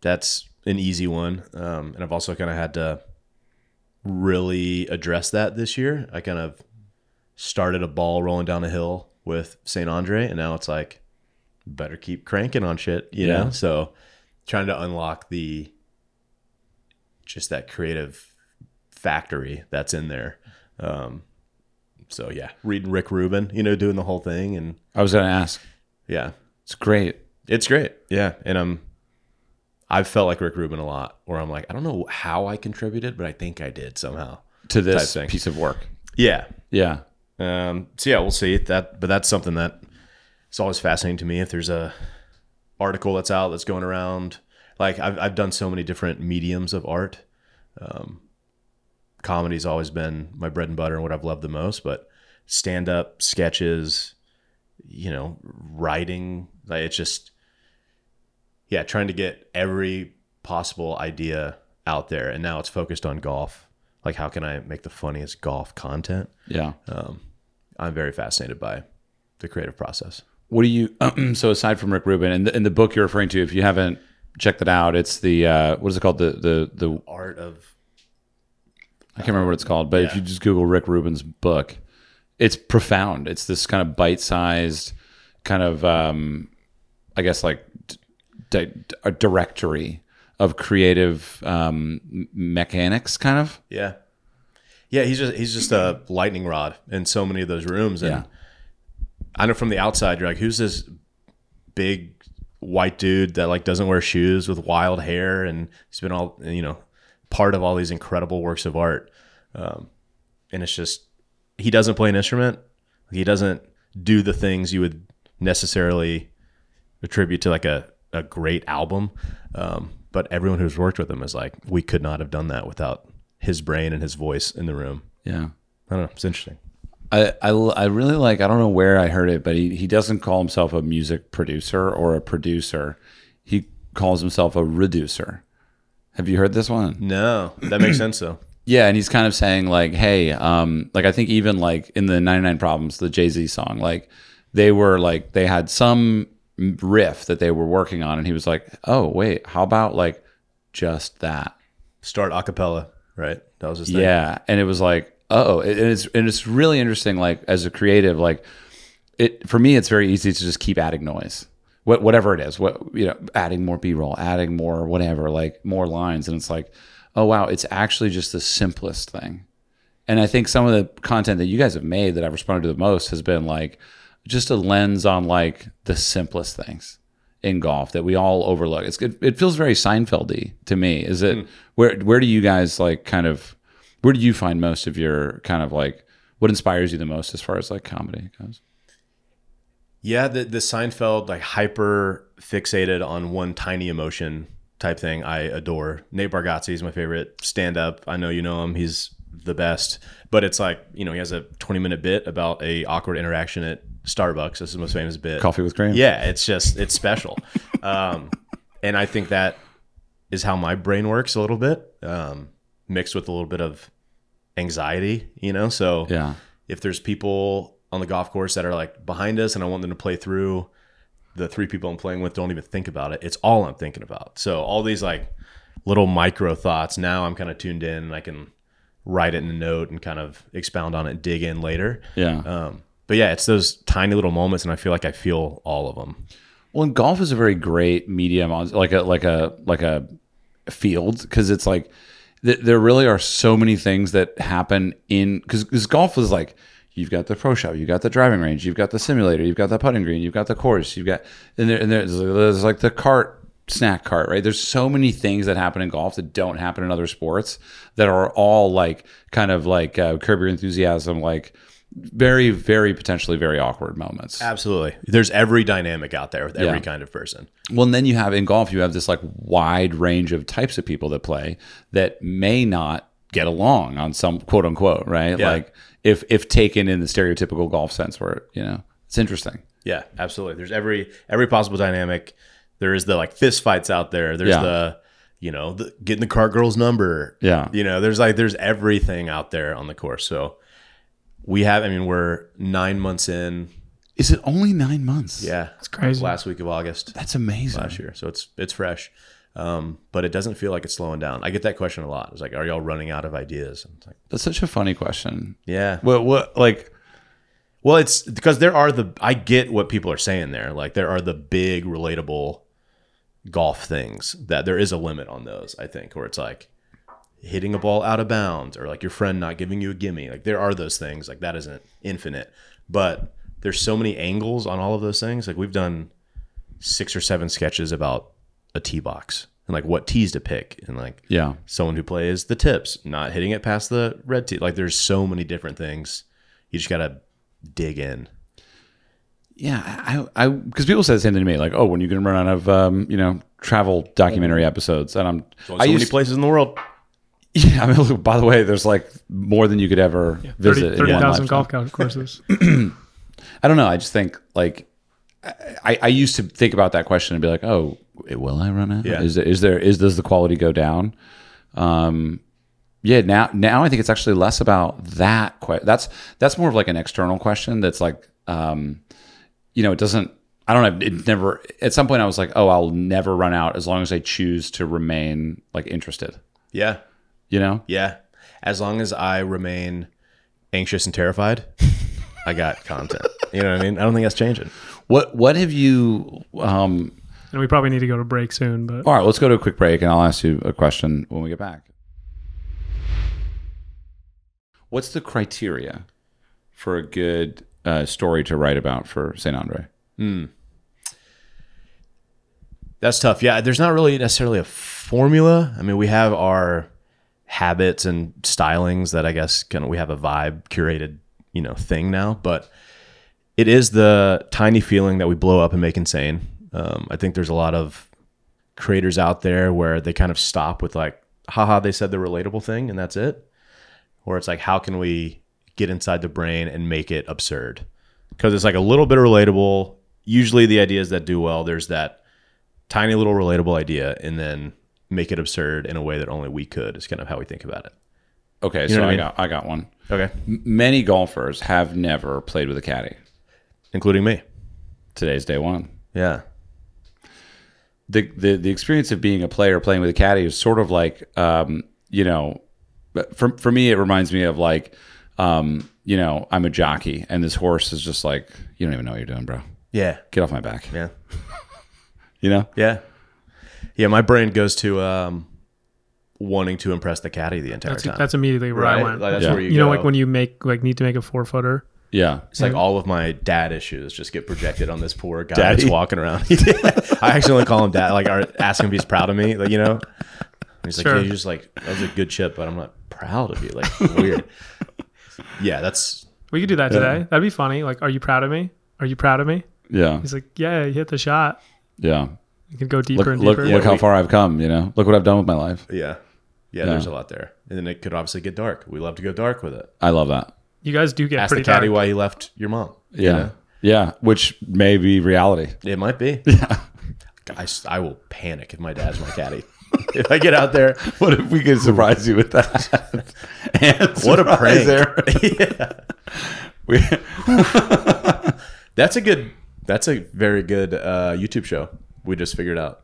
Speaker 3: That's an easy one. Um, and I've also kind of had to really address that this year. I kind of started a ball rolling down a hill with St. Andre, and now it's like, better keep cranking on shit, you know? So trying to unlock the just that creative factory that's in there. Um, so yeah, reading Rick Rubin, you know, doing the whole thing. And
Speaker 6: I was gonna ask.
Speaker 3: yeah,
Speaker 6: It's great.
Speaker 3: it's great. Yeah. And I'm, I've felt like Rick Rubin a lot where I'm like, I don't know how I contributed, but I think I did somehow.
Speaker 6: To this
Speaker 3: Type thing.
Speaker 6: piece of work.
Speaker 3: Yeah.
Speaker 6: Yeah.
Speaker 3: Um, so yeah, we'll see that, but that's something that it's always fascinating to me. If there's a article that's out that's going around, like I've, I've done so many different mediums of art. Um, comedy's always been my bread and butter and what I've loved the most, but stand up sketches, you know, writing, like it's just, yeah, trying to get every possible idea out there. And now it's focused on golf. Like how can I make the funniest golf content?
Speaker 6: Yeah.
Speaker 3: I'm very fascinated by the creative process.
Speaker 6: What do you? so aside from Rick Rubin and the, and the book you're referring to, if you haven't checked that out, it's the uh, what is it called? The the the
Speaker 3: Art of
Speaker 6: I can't remember what it's called, but if you just Google Rick Rubin's book, it's profound. It's this kind of bite-sized, kind of um, I guess like d- di- a directory of creative um, m- mechanics, kind of.
Speaker 3: yeah, yeah. He's just he's just a lightning rod in so many of those rooms. And
Speaker 6: Yeah.
Speaker 3: I know from the outside, you're like, who's this big white dude that like doesn't wear shoes with wild hair and he's been all you know part of all these incredible works of art. Um, and it's just he doesn't play an instrument. He doesn't do the things you would necessarily attribute to like a, a great album. Um, but everyone who's worked with him is like, we could not have done that without his brain and his voice in the room.
Speaker 6: Yeah.
Speaker 3: I don't know. It's interesting.
Speaker 6: I, I, I really like I don't know where I heard it, but he, he doesn't call himself a music producer or a producer. He calls himself a reducer. Have you heard this one?
Speaker 3: No, that makes sense though.
Speaker 6: Yeah, and he's kind of saying like, hey, um, like I think even like in the 99 Problems, the Jay Z song, like they were like they had some riff that they were working on, and he was like, oh wait, how about like just that?
Speaker 3: Start acapella, right? That was his thing.
Speaker 6: Yeah, and it was like, oh, and it's and it's really interesting. Like as a creative, like
Speaker 1: it for me it's very easy to just keep adding noise what, whatever it is what you know adding more b-roll adding more whatever like more lines and it's like oh wow it's actually just the simplest thing and i think some of the content that you guys have made that i've responded to the most has been like just a lens on like the simplest things in golf that we all overlook it's good it feels very seinfeldy to me is it where where do you guys like kind of where do you find most of your kind of like what inspires you the most as far as like comedy goes
Speaker 3: Yeah, the the Seinfeld like hyper fixated on one tiny emotion type thing I adore. Nate Bargatze is my favorite stand up. I know you know him. He's the best. But it's like, you know, he has a 20 minute bit about a awkward interaction at Starbucks. This is the most famous bit.
Speaker 1: coffee with cream
Speaker 3: Yeah, it's just it's special. um and I think that is how my brain works a little bit. Um mixed with a little bit of anxiety, you know? So
Speaker 1: yeah
Speaker 3: if there's people on the golf course that are like behind us and I want them to play through, the three people I'm playing with don't even think about it. It's all I'm thinking about. So all these like little micro thoughts, now I'm kind of tuned in and I can write it in a note and kind of expound on it, dig in later.
Speaker 1: yeah
Speaker 3: Um, but yeah, it's those tiny little moments and I feel like I feel all of them.
Speaker 1: Well, and golf is a very great medium, on like a like a like a field, because it's like th- there really are so many things that happen in because golf is like you've got the pro shop, you've got the driving range, you've got the simulator, you've got the putting green, you've got the course, you've got and, there, and there's, there's like the cart snack cart, right? There's so many things that happen in golf that don't happen in other sports that are all like kind of like uh, curb your enthusiasm, like very very potentially very awkward moments.
Speaker 3: Absolutely. There's every dynamic out there with every
Speaker 1: Yeah.
Speaker 3: kind of person.
Speaker 1: Well, and then you have in golf, you have this like wide range of types of people that play that may not get along on some quote unquote, right?
Speaker 3: Yeah.
Speaker 1: Like if if taken in the stereotypical golf sense where, you know, it's interesting.
Speaker 3: Yeah, absolutely. There's every every possible dynamic. There is the like fist fights out there. There's
Speaker 1: Yeah.
Speaker 3: the you know the, getting the cart girl's number.
Speaker 1: Yeah.
Speaker 3: You know, there's like there's everything out there on the course. So we have. I mean, we're nine months in.
Speaker 1: Is it only nine months?
Speaker 3: Yeah, it's
Speaker 2: crazy.
Speaker 3: Last week of August
Speaker 1: That's amazing.
Speaker 3: last year, so it's it's fresh. Um, but it doesn't feel like it's slowing down. I get that question a lot. It's like, are y'all running out of ideas? And it's like,
Speaker 1: That's such a funny question.
Speaker 3: yeah.
Speaker 1: What what like
Speaker 3: Well, it's because there are the I get what people are saying there. Like there are the big relatable golf things that there is a limit on those, I think, where it's like hitting a ball out of bounds or like your friend not giving you a gimme. Like there are those things. Like that isn't infinite. But there's so many angles on all of those things. Like we've done six or seven sketches about a tee box and like what tees to pick and like
Speaker 1: Yeah.
Speaker 3: someone who plays the tips, not hitting it past the red tee. Like there's so many different things. You just gotta dig in.
Speaker 1: Yeah, I, I, because people say the same thing to me, like, "Oh, when are you going to run out of, um, you know, travel documentary episodes?" And I'm,
Speaker 3: So
Speaker 1: I
Speaker 3: many
Speaker 1: used,
Speaker 3: places in the world.
Speaker 1: yeah. I mean, by the way, there's like more than you could ever visit. in one
Speaker 2: 30 30,000
Speaker 1: lifetime.
Speaker 2: golf golf courses.
Speaker 1: I don't know. I just think like I, I used to think about that question and be like, oh, will I run out?
Speaker 3: Yeah.
Speaker 1: Is there, is there is does the quality go down? Um, yeah. Now now I think it's actually less about that. Que- that's that's more of like an external question. That's like um, you know, it doesn't. I don't have it never. At some point, I was like, oh, I'll never run out as long as I choose to remain like interested.
Speaker 3: Yeah,
Speaker 1: You know.
Speaker 3: yeah. As long as I remain anxious and terrified, I got content. You know what I mean? I don't think that's changing.
Speaker 1: What what have you um,
Speaker 2: and we probably need to go to break soon, but
Speaker 1: All right, let's go to a quick break and I'll ask you a question when we get back. What's the criteria for a good uh, story to write about for St. Andre?
Speaker 3: That's tough. Yeah, there's not really necessarily a formula. I mean, we have our habits and stylings that I guess kind of we have a vibe curated, you know, thing now, but it is the tiny feeling that we blow up and make insane. Um, I think there's a lot of creators out there where they kind of stop with like, haha, they said the relatable thing and that's it. Or it's like, how can we get inside the brain and make it absurd? Because it's like a little bit relatable. Usually the ideas that do well, there's that tiny little relatable idea and then make it absurd in a way that only we could is kind of how we think about it.
Speaker 1: Okay,
Speaker 3: know
Speaker 1: so
Speaker 3: what
Speaker 1: I,
Speaker 3: I mean?
Speaker 1: got, I got one.
Speaker 3: Okay.
Speaker 1: M- Many golfers have never played with a caddy.
Speaker 3: Including me.
Speaker 1: Today's day one.
Speaker 3: Yeah.
Speaker 1: the, the the experience of being a player playing with a caddy is sort of like um, you know but for for me it reminds me of like um, you know, I'm a jockey, and this horse is just like, you don't even know what you're doing, bro.
Speaker 3: Yeah.
Speaker 1: Get off my back.
Speaker 3: Yeah.
Speaker 1: You know?
Speaker 3: Yeah. Yeah, my brain goes to um, wanting to impress the caddy the entire
Speaker 2: That's,
Speaker 3: time.
Speaker 2: that's immediately where I
Speaker 3: right.
Speaker 2: went.
Speaker 3: Like, that's
Speaker 1: Yeah.
Speaker 3: where you,
Speaker 2: you know,
Speaker 3: go.
Speaker 2: like when you make like need to make a four footer.
Speaker 1: Yeah.
Speaker 3: It's like all of my dad issues just get projected on this poor guy
Speaker 1: Daddy?
Speaker 3: that's walking around. I actually only call him dad. Like, or ask him if he's proud of me. Like, you know, and he's like,
Speaker 2: Sure.
Speaker 3: yeah, you're just like, that was a good chip, but I'm not proud of you. Like, weird. yeah, that's
Speaker 2: We could do that today. That'd be funny. Like, are you proud of me? Are you proud of me?
Speaker 1: Yeah.
Speaker 2: He's like, yeah, you hit the shot.
Speaker 1: Yeah.
Speaker 2: You can go
Speaker 1: Look,
Speaker 2: deeper and
Speaker 1: look,
Speaker 2: deeper.
Speaker 1: look how far I've come, you know? Look what I've done with my life.
Speaker 3: yeah, yeah. There's a lot there, and then it could obviously get dark. We love to go dark with it.
Speaker 1: I love that.
Speaker 2: you guys do get
Speaker 3: Ask
Speaker 2: pretty
Speaker 3: the caddy
Speaker 2: dark.
Speaker 3: why he left your mom. you
Speaker 1: Yeah.
Speaker 3: know?
Speaker 1: Yeah. Which may be reality.
Speaker 3: It might be. Yeah. I, s- I will panic if my dad's my caddy. if I get out there,
Speaker 1: What if we could surprise you with that? and
Speaker 3: what a
Speaker 1: surprise
Speaker 3: prank.
Speaker 1: error.
Speaker 3: yeah.
Speaker 1: We-
Speaker 3: That's a good. That's a very good uh, YouTube show. We just figured out.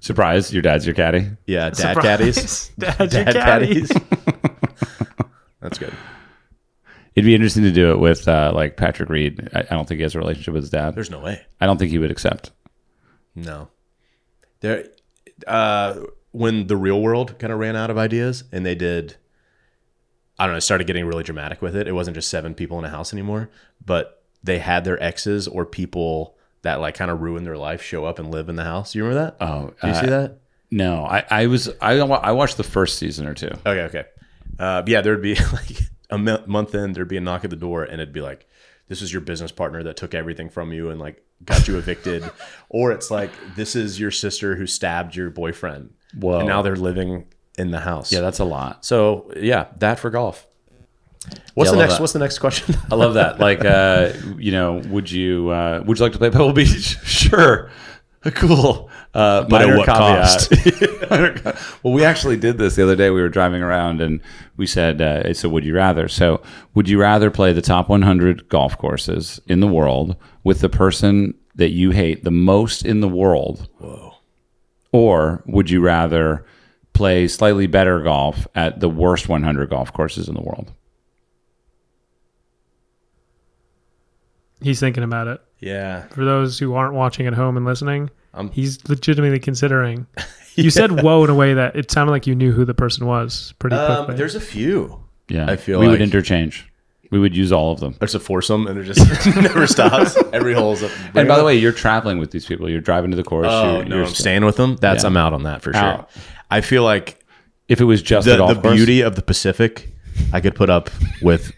Speaker 1: surprise, your dad's your caddy.
Speaker 3: Yeah, dad
Speaker 2: Surprise.
Speaker 3: caddies,
Speaker 2: Dad,
Speaker 3: dad caddies. that's good.
Speaker 1: It'd be interesting to do it with uh, like Patrick Reed. I, I don't think he has a relationship with his dad.
Speaker 3: There's no way.
Speaker 1: I don't think he would accept.
Speaker 3: No. There. Uh, when the real world kind of ran out of ideas, and they did. I don't know. Started getting really dramatic with it. It wasn't just seven people in a house anymore, but they had their exes or people that like kind of ruined their life show up and live in the house. You remember that?
Speaker 1: Oh,
Speaker 3: Do you see
Speaker 1: uh,
Speaker 3: that?
Speaker 1: No, I, I was I wa- I watched the first season or two.
Speaker 3: Okay, okay. Uh, yeah, there'd be like a mo- month in, there'd be a knock at the door, and it'd be like, "This is your business partner that took everything from you and like got you evicted," or it's like, "This is your sister who stabbed your boyfriend."
Speaker 1: Whoa.
Speaker 3: And now they're living in the house.
Speaker 1: Yeah, that's a lot.
Speaker 3: so yeah, that for golf. What's
Speaker 1: Yeah, I
Speaker 3: the
Speaker 1: love
Speaker 3: next?
Speaker 1: that.
Speaker 3: What's the next question?
Speaker 1: I love that. Like, uh, you know, would you uh, would you like to play Pebble Beach? sure, cool. Uh, but
Speaker 3: at what
Speaker 1: cost? well, we actually did this the other day. We were driving around and we said, uh, "It's a would you rather." So, would you rather play the top 100 golf courses in the world with the person that you hate the most in the world? Whoa. Or would you rather play slightly better golf at the worst 100 golf courses in the world?
Speaker 2: He's thinking about it.
Speaker 3: yeah,
Speaker 2: For those who aren't watching at home and listening,
Speaker 3: I'm-
Speaker 2: he's legitimately considering. You said "whoa" in a way that it sounded like you knew who the person was pretty
Speaker 3: um,
Speaker 2: quickly.
Speaker 3: there's a few.
Speaker 1: Yeah,
Speaker 3: I feel
Speaker 1: we would
Speaker 3: like-
Speaker 1: interchange. We would use all of them.
Speaker 3: There's a foursome, and it just never stops. Every hole's up.
Speaker 1: And by the way, you're traveling with these people. You're driving to the course.
Speaker 3: oh
Speaker 1: you're,
Speaker 3: no,
Speaker 1: you're
Speaker 3: I'm staying with them. That's
Speaker 1: Yeah.
Speaker 3: I'm out on that for sure.
Speaker 1: Out.
Speaker 3: I feel like
Speaker 1: If it was just a
Speaker 3: the,
Speaker 1: golf
Speaker 3: the
Speaker 1: course,
Speaker 3: beauty of the Pacific, I could put up with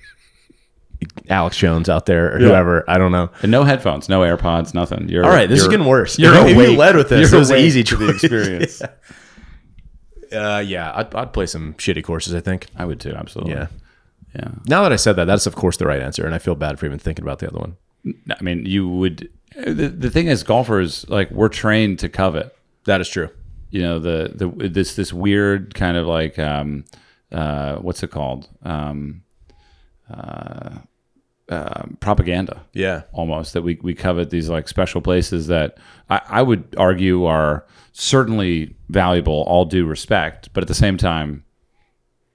Speaker 3: Alex Jones out there or whoever. I don't know.
Speaker 1: and no headphones, no AirPods, nothing. You're
Speaker 3: All right, this is
Speaker 1: you're-
Speaker 3: getting worse.
Speaker 1: You're
Speaker 3: If
Speaker 1: awake.
Speaker 3: You led with this.
Speaker 1: You're
Speaker 3: it was an
Speaker 1: awake
Speaker 3: easy
Speaker 1: to the
Speaker 3: choice.
Speaker 1: experience.
Speaker 3: yeah. Uh, yeah, I'd, I'd play some shitty courses. I think.
Speaker 1: I would too, absolutely.
Speaker 3: Yeah.
Speaker 1: yeah.
Speaker 3: Now that I said that, that's of course the right answer, and I feel bad for even thinking about the other one.
Speaker 1: No, I mean, you would. The, the thing is, golfers like we're trained to covet.
Speaker 3: That is true.
Speaker 1: You know the the this this weird kind of like um uh what's it called um uh, uh propaganda.
Speaker 3: Yeah.
Speaker 1: almost that we, we covet these like special places that I, I would argue are certainly valuable all due respect but at the same time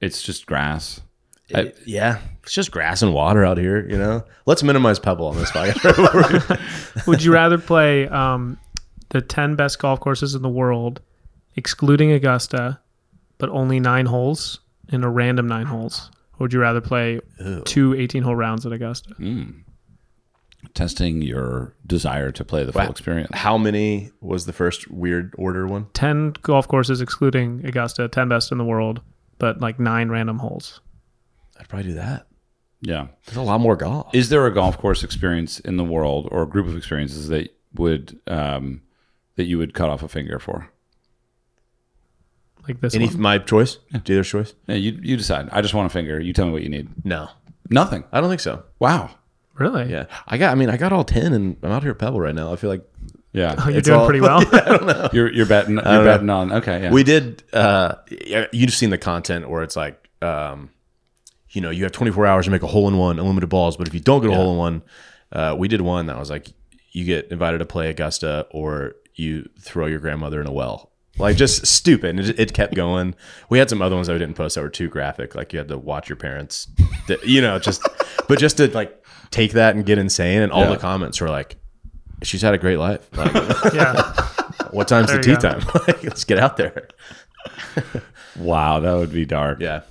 Speaker 1: it's just grass I-
Speaker 3: yeah. It's just grass and water out here, you know. Let's minimize Pebble on this podcast.
Speaker 2: Would you rather play um, the 10 best golf courses in the world, excluding Augusta, but only nine holes in a random nine holes? Or would you rather play two 18 hole rounds at Augusta?
Speaker 3: Mm.
Speaker 1: testing your desire to play the full experience
Speaker 3: How many was the first weird order one?
Speaker 2: 10 golf courses, excluding Augusta, 10 best in the world, but like nine random holes.
Speaker 3: I'd probably do that.
Speaker 1: yeah
Speaker 3: There's a lot more golf.
Speaker 1: is there a golf course experience in the world or a group of experiences that would um, that you would cut off a finger for
Speaker 2: Like this
Speaker 3: Any
Speaker 2: one.
Speaker 3: my choice? Dealer's choice?
Speaker 1: yeah, you, you decide i just want a finger you tell me what you need
Speaker 3: No,
Speaker 1: nothing
Speaker 3: I don't think so.
Speaker 1: wow
Speaker 2: Really?
Speaker 3: Yeah, I got. I mean, I got all ten, and I'm out here at Pebble right now. I feel like
Speaker 2: Oh,
Speaker 1: yeah
Speaker 2: you're
Speaker 3: It's
Speaker 2: doing
Speaker 3: all-
Speaker 2: pretty well.
Speaker 1: you're, you're betting you're betting on okay yeah
Speaker 3: we did. Uh, yeah, you've seen the content where it's like, um, you know, you have 24 hours to make a hole in one, unlimited balls. But if you don't get a hole in one, uh, we did one that was like, you get invited to play Augusta, or you throw your grandmother in a well. Like just stupid. It, it kept going. We had some other ones that we didn't post that were too graphic. Like you had to watch your parents, to- you know, just, but just to like take that and get insane. And all the comments were like, she's had a great life. Like,
Speaker 2: Yeah.
Speaker 3: what time's the
Speaker 2: There
Speaker 3: tea
Speaker 2: you go.
Speaker 3: time? Like, let's get out there.
Speaker 1: Wow, that would be dark.
Speaker 3: Yeah.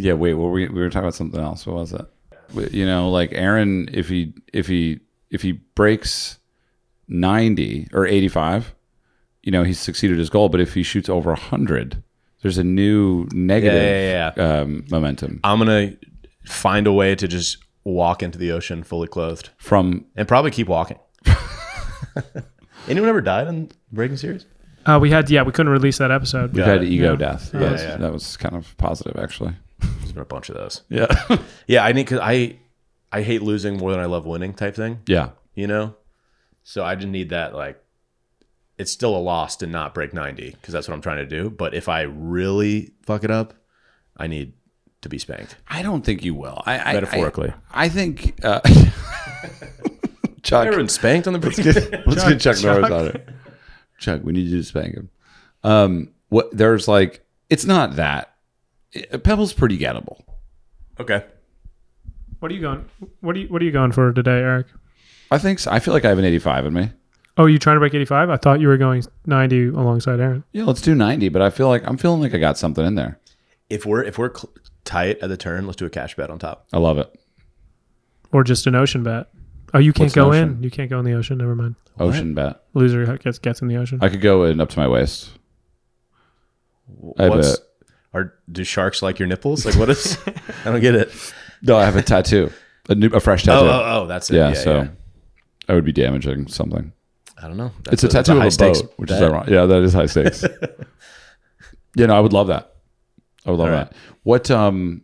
Speaker 1: Yeah, wait. Well, we we were talking about something else. What was it? We- You know, like Aaron, if he if he if he breaks ninety or eighty five, you know he's succeeded his goal. But if he shoots over hundred, there's a new negative
Speaker 3: Yeah, yeah,
Speaker 1: Um, momentum
Speaker 3: I'm going to find a way to just walk into the ocean fully clothed
Speaker 1: from.
Speaker 3: and probably keep walking. Anyone ever died in Breaking Series?
Speaker 2: Uh, we had yeah, we couldn't release that episode.
Speaker 1: We've
Speaker 3: Got
Speaker 1: had
Speaker 3: it.
Speaker 1: ego
Speaker 2: Yeah.
Speaker 1: death.
Speaker 2: Yeah,
Speaker 1: Yes,
Speaker 3: yeah.
Speaker 1: that was kind of positive, actually.
Speaker 3: There's been a bunch of those.
Speaker 1: Yeah,
Speaker 3: Yeah, I need cause I I hate losing more than I love winning type thing,
Speaker 1: yeah,
Speaker 3: you know? So I just need that like it's still a loss to not break 90 cuz that's what I'm trying to do, but if I really fuck it up, I need to be spanked.
Speaker 1: I don't think you will. I, I
Speaker 3: Metaphorically.
Speaker 1: I, I think. Uh, Chuck,
Speaker 3: I've been spanked on the break.
Speaker 1: Let's get Chuck, Norris on it. Chuck, we need you to spank him. Um, what there's like, it's not that. It- Pebble's pretty gettable.
Speaker 3: okay.
Speaker 2: What are you going? What are you What are you going for today, Eric?
Speaker 1: I think so. I feel like I have an 85 in me.
Speaker 2: Oh, you trying to break 85? I thought you were going 90 alongside Aaron.
Speaker 1: Yeah, let's do 90, but I feel like I'm feeling like I got something in there.
Speaker 3: If we're if we're cl- tight at the turn, let's do a cash bet on top.
Speaker 1: I love it.
Speaker 2: Or just an ocean bet. Oh, you can't
Speaker 1: What's an
Speaker 2: go
Speaker 1: ocean?
Speaker 2: in. You can't go in the ocean. Never mind.
Speaker 1: Ocean bet.
Speaker 2: Loser gets gets in the ocean.
Speaker 1: I could go in up to my waist. I have
Speaker 3: What's
Speaker 1: a-
Speaker 3: are do sharks like your nipples? Like what is? I don't get it.
Speaker 1: No, I have a tattoo, a, new, a fresh
Speaker 3: Oh,
Speaker 1: tattoo.
Speaker 3: oh, oh, that's it.
Speaker 1: yeah, so I would be damaging something.
Speaker 3: I don't know.
Speaker 1: It's
Speaker 3: That's
Speaker 1: a,
Speaker 3: that's
Speaker 1: tattoo of a
Speaker 3: high-stakes
Speaker 1: boat, which is
Speaker 3: bet.
Speaker 1: ironic. Yeah, that is high stakes. you know, I would love that. I would love
Speaker 3: All
Speaker 1: that. What um,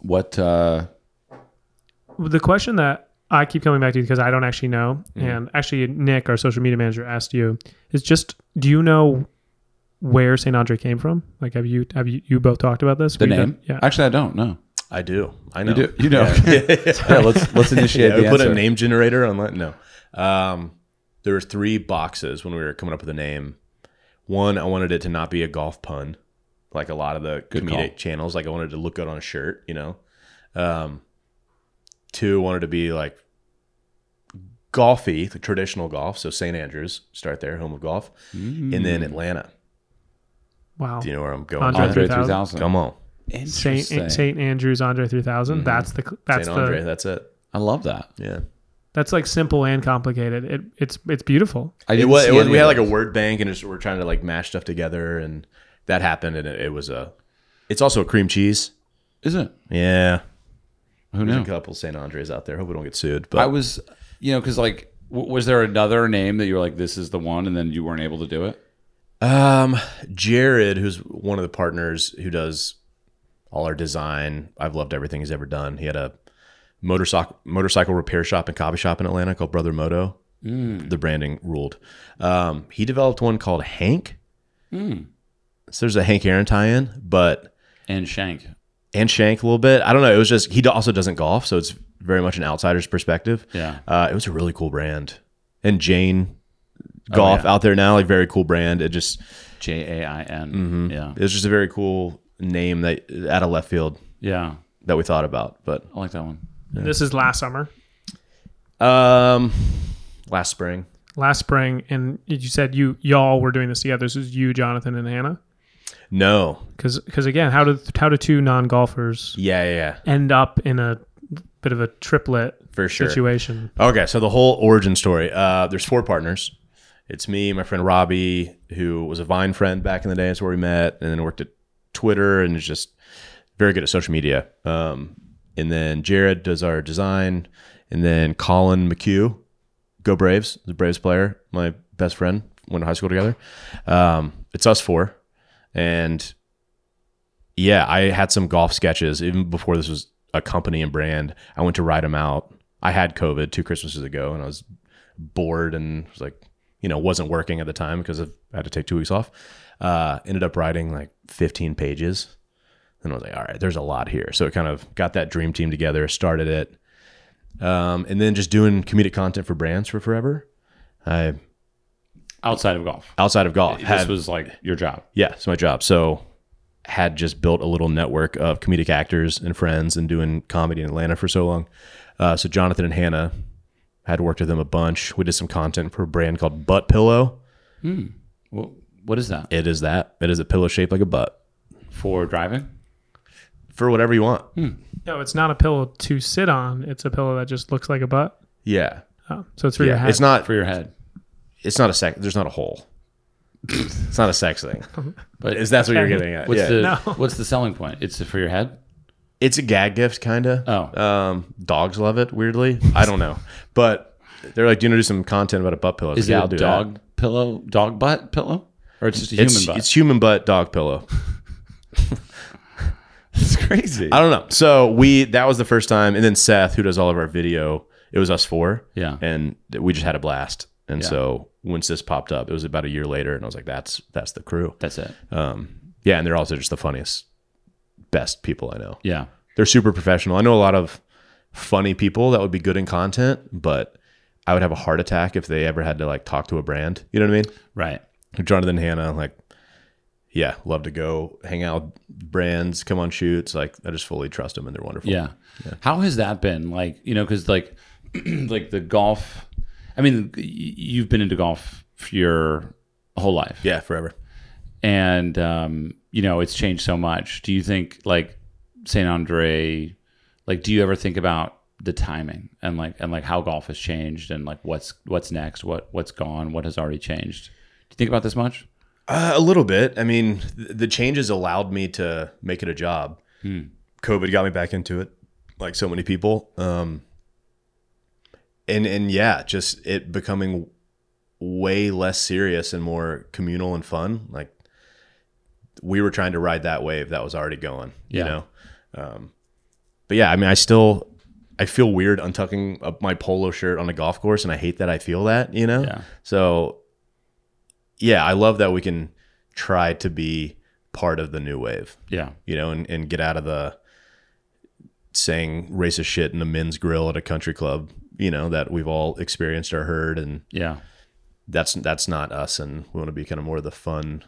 Speaker 1: what uh,
Speaker 2: the question that I keep coming back to because I don't actually know, and actually Nick, our social media manager, asked you is just do you know where Saint Andre came from? Like, have you have you, you both talked about this?
Speaker 1: the
Speaker 2: We've
Speaker 1: name?
Speaker 2: done- yeah.
Speaker 1: Actually, I don't know.
Speaker 3: I do. I know.
Speaker 1: You do. You know. Yeah, let's let's initiate
Speaker 3: yeah,
Speaker 1: the
Speaker 3: we put
Speaker 1: answer.
Speaker 3: a name generator on that. No, um, there were three boxes when we were coming up with a name. One, I wanted it to not be a golf pun, like a lot of the
Speaker 1: Good
Speaker 3: comedic
Speaker 1: call.
Speaker 3: channels. Like I wanted it to look good on a shirt, you know. Um, two, I wanted to be like golfy, the traditional golf. So St. Andrews, start there, home of golf, and then Atlanta.
Speaker 2: Wow.
Speaker 3: Do you know where I'm going?
Speaker 2: Andre
Speaker 1: Mm. Andre
Speaker 2: 3000.
Speaker 1: 3000.
Speaker 3: Come on,
Speaker 2: Saint
Speaker 1: Interesting.
Speaker 2: Saint Andrew's Andre 3000.
Speaker 1: Mm-hmm.
Speaker 2: That's the that's
Speaker 3: St.
Speaker 2: the
Speaker 3: Andre. That's it.
Speaker 1: I love that.
Speaker 3: Yeah.
Speaker 2: that's like simple and complicated. It it's it's beautiful.
Speaker 1: I
Speaker 3: it
Speaker 1: didn't
Speaker 3: was,
Speaker 1: see
Speaker 3: it was
Speaker 1: any
Speaker 3: we
Speaker 1: of
Speaker 3: had like a
Speaker 1: those.
Speaker 3: word bank and just we're trying to like mash stuff together and that happened and it, it was a it's also a cream cheese
Speaker 1: Is it?
Speaker 3: yeah
Speaker 1: Who
Speaker 3: there's
Speaker 1: knew?
Speaker 3: a couple st andres out there hope we don't get sued
Speaker 1: I
Speaker 3: but
Speaker 1: was, you know, because like, w- was there another name that you were like, this is the one, and then you weren't able to do it?
Speaker 3: um jared who's one of the partners who does all our design i've loved everything he's ever done he had a motorcycle motorcycle repair shop and coffee shop in atlanta called brother moto
Speaker 1: Mm.
Speaker 3: the branding ruled um he developed one called hank
Speaker 1: Mm.
Speaker 3: so there's a hank aaron tie-in but
Speaker 1: And Shank.
Speaker 3: and Shank a little bit. I don't know. It was just he also doesn't golf, so it's very much an outsider's perspective.
Speaker 1: Yeah.
Speaker 3: Uh, it was a really cool brand, and Jane Golf out there now, like very cool brand. It just
Speaker 1: J A I N. Yeah.
Speaker 3: it was just a very cool name that out of left field
Speaker 1: Yeah.
Speaker 3: that we thought about. But
Speaker 1: I like that one.
Speaker 2: This is last summer,
Speaker 3: um, last spring,
Speaker 2: last spring, and you said you y'all were doing this together. This is you, Jonathan, and Hannah.
Speaker 3: no,
Speaker 2: Because again, how do how do two non golfers
Speaker 3: yeah, yeah, yeah
Speaker 2: end up in a bit of a triplet
Speaker 3: for sure.
Speaker 2: situation?
Speaker 3: Okay, so the whole origin story. Uh, there's four partners. It's me, my friend Robbie, who was a Vine friend back in the day. That's where we met, and then worked at Twitter, and is just very good at social media. Um, and then Jared does our design, and then Colin McHugh, go Braves, the Braves player, my best friend, went to high school together. Um, it's us four, and yeah, I had some golf sketches even before this was a company and brand. I went to write them out. I had COVID two Christmases ago, and I was bored and was like, you know, wasn't working at the time because of, I had to take two weeks off. Uh, ended up writing like 15 pages, and I was like, all right, there's a lot here. So it kind of got that dream team together, started it, um, and then just doing comedic content for brands for forever. I
Speaker 1: outside of golf.
Speaker 3: outside of golf. Had-
Speaker 1: this was like your job.
Speaker 3: yeah, it's my job. So had just built a little network of comedic actors and friends and doing comedy in Atlanta for so long. Uh, so Jonathan and Hannah had worked with them a bunch. We did some content for a brand called Butt Pillow.
Speaker 1: Well, what is that
Speaker 3: It is that. It is a pillow shaped like a butt
Speaker 1: for driving?
Speaker 3: for whatever you want.
Speaker 2: No, it's not a pillow to sit on. It's a pillow that just looks like a butt.
Speaker 3: Yeah.
Speaker 2: Oh, so it's for your
Speaker 3: Yeah.
Speaker 2: hat.
Speaker 3: It's not
Speaker 1: For your head.
Speaker 3: it's not a sex there's not a hole. it's not a sex thing.
Speaker 1: But
Speaker 3: Is that's what you're getting at?
Speaker 1: what's
Speaker 3: yeah.
Speaker 1: the what's the selling point? It's for your head.
Speaker 3: it's a gag gift kind of
Speaker 1: Oh.
Speaker 3: um dogs love it weirdly i don't know but they're like do you want to do some content about a butt pillow I was
Speaker 1: Is
Speaker 3: like,
Speaker 1: it
Speaker 3: "Yeah, I'll
Speaker 1: a
Speaker 3: do
Speaker 1: dog
Speaker 3: that."
Speaker 1: pillow, dog butt pillow, or it's just a human
Speaker 3: it's,
Speaker 1: butt?
Speaker 3: it's human butt dog pillow
Speaker 1: It's crazy.
Speaker 3: i don't know so we that was the first time and then seth who does all of our video it was us four
Speaker 1: Yeah.
Speaker 3: and th- we just had a blast and
Speaker 1: Yeah.
Speaker 3: so once this popped up it was about a year later and i was like that's that's the crew
Speaker 1: That's it.
Speaker 3: um yeah and they're also just the funniest best people i know
Speaker 1: Yeah.
Speaker 3: they're super professional. I know a lot of funny people that would be good in content, but I would have a heart attack if they ever had to like talk to a brand. You know what I mean?
Speaker 1: Right.
Speaker 3: Jonathan Hannah, like, yeah, love to go hang out with brands, come on shoots. Like, I just fully trust them and they're wonderful.
Speaker 1: Yeah. How has that been? Like, you know, because like, like the golf. I mean, y- you've been into golf for your whole life,
Speaker 3: Yeah, forever.
Speaker 1: and um, you know it's changed so much. Do you think like Saint Andre? Like, do you ever think about the timing and like and like how golf has changed and like what's what's next? What what's gone? What has already changed? Do you think about this much?
Speaker 3: Uh, a little bit. I mean, th- the changes allowed me to make it a job.
Speaker 1: Hmm.
Speaker 3: COVID got me back into it, like so many people. Um, and and yeah, just it becoming way less serious and more communal and fun. Like we were trying to ride that wave that was already going. You
Speaker 1: Yeah.
Speaker 3: know. Um, but yeah, I mean, I still I feel weird untucking up my polo shirt on a golf course, and I hate that I feel that. You know.
Speaker 1: Yeah.
Speaker 3: So yeah, I love that we can try to be part of the new wave,
Speaker 1: Yeah.
Speaker 3: you know, and, and get out of the saying racist shit in a men's grill at a country club, you know, that we've all experienced or heard and
Speaker 1: Yeah.
Speaker 3: that's that's not us and we want to be kind of more of the fun,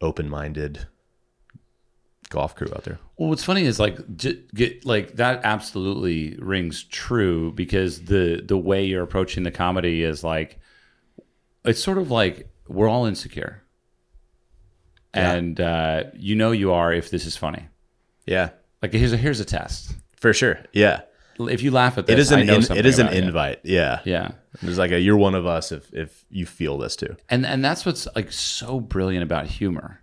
Speaker 3: open minded golf crew out there.
Speaker 1: Well, what's funny is like j- get like that absolutely rings true because the the way you're approaching the comedy is like it's sort of like we're all insecure, and uh, you know you are if this is funny.
Speaker 3: Yeah.
Speaker 1: Like here's a here's a test.
Speaker 3: For sure. Yeah.
Speaker 1: If you laugh at this,
Speaker 3: It is
Speaker 1: I
Speaker 3: an
Speaker 1: know
Speaker 3: in,
Speaker 1: something
Speaker 3: it is an
Speaker 1: about you.
Speaker 3: invite. Yeah.
Speaker 1: Yeah,
Speaker 3: There's like a you're one of us if if you feel this too.
Speaker 1: and and that's what's like so brilliant about humor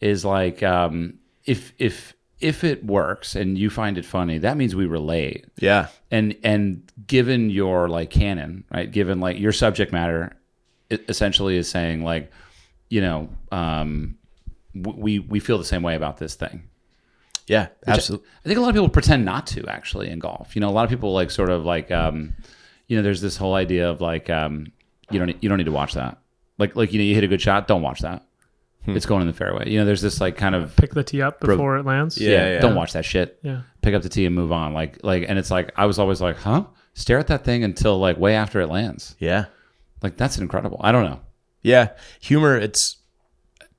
Speaker 1: is like um, if if if it works and you find it funny, that means we relate.
Speaker 3: Yeah.
Speaker 1: and and given your like canon right given like your subject matter it essentially is saying like you know um w- we we feel the same way about this thing
Speaker 3: Yeah. Absolutely.
Speaker 1: i think a lot of people pretend not to actually in golf you know a lot of people like sort of like um you know there's this whole idea of like um you don't you don't need to watch that like like you know you hit a good shot don't watch that
Speaker 3: Hmm.
Speaker 1: it's going in the fairway you know there's this like kind of
Speaker 2: Pick the tee up before it lands.
Speaker 3: Yeah.
Speaker 1: don't watch that shit
Speaker 2: Yeah.
Speaker 1: pick up the tee and move on. Like like and it's like I was always like, huh? Stare at that thing until like way after it lands.
Speaker 3: Yeah.
Speaker 1: Like that's incredible. I don't know.
Speaker 3: Yeah, humor. It's,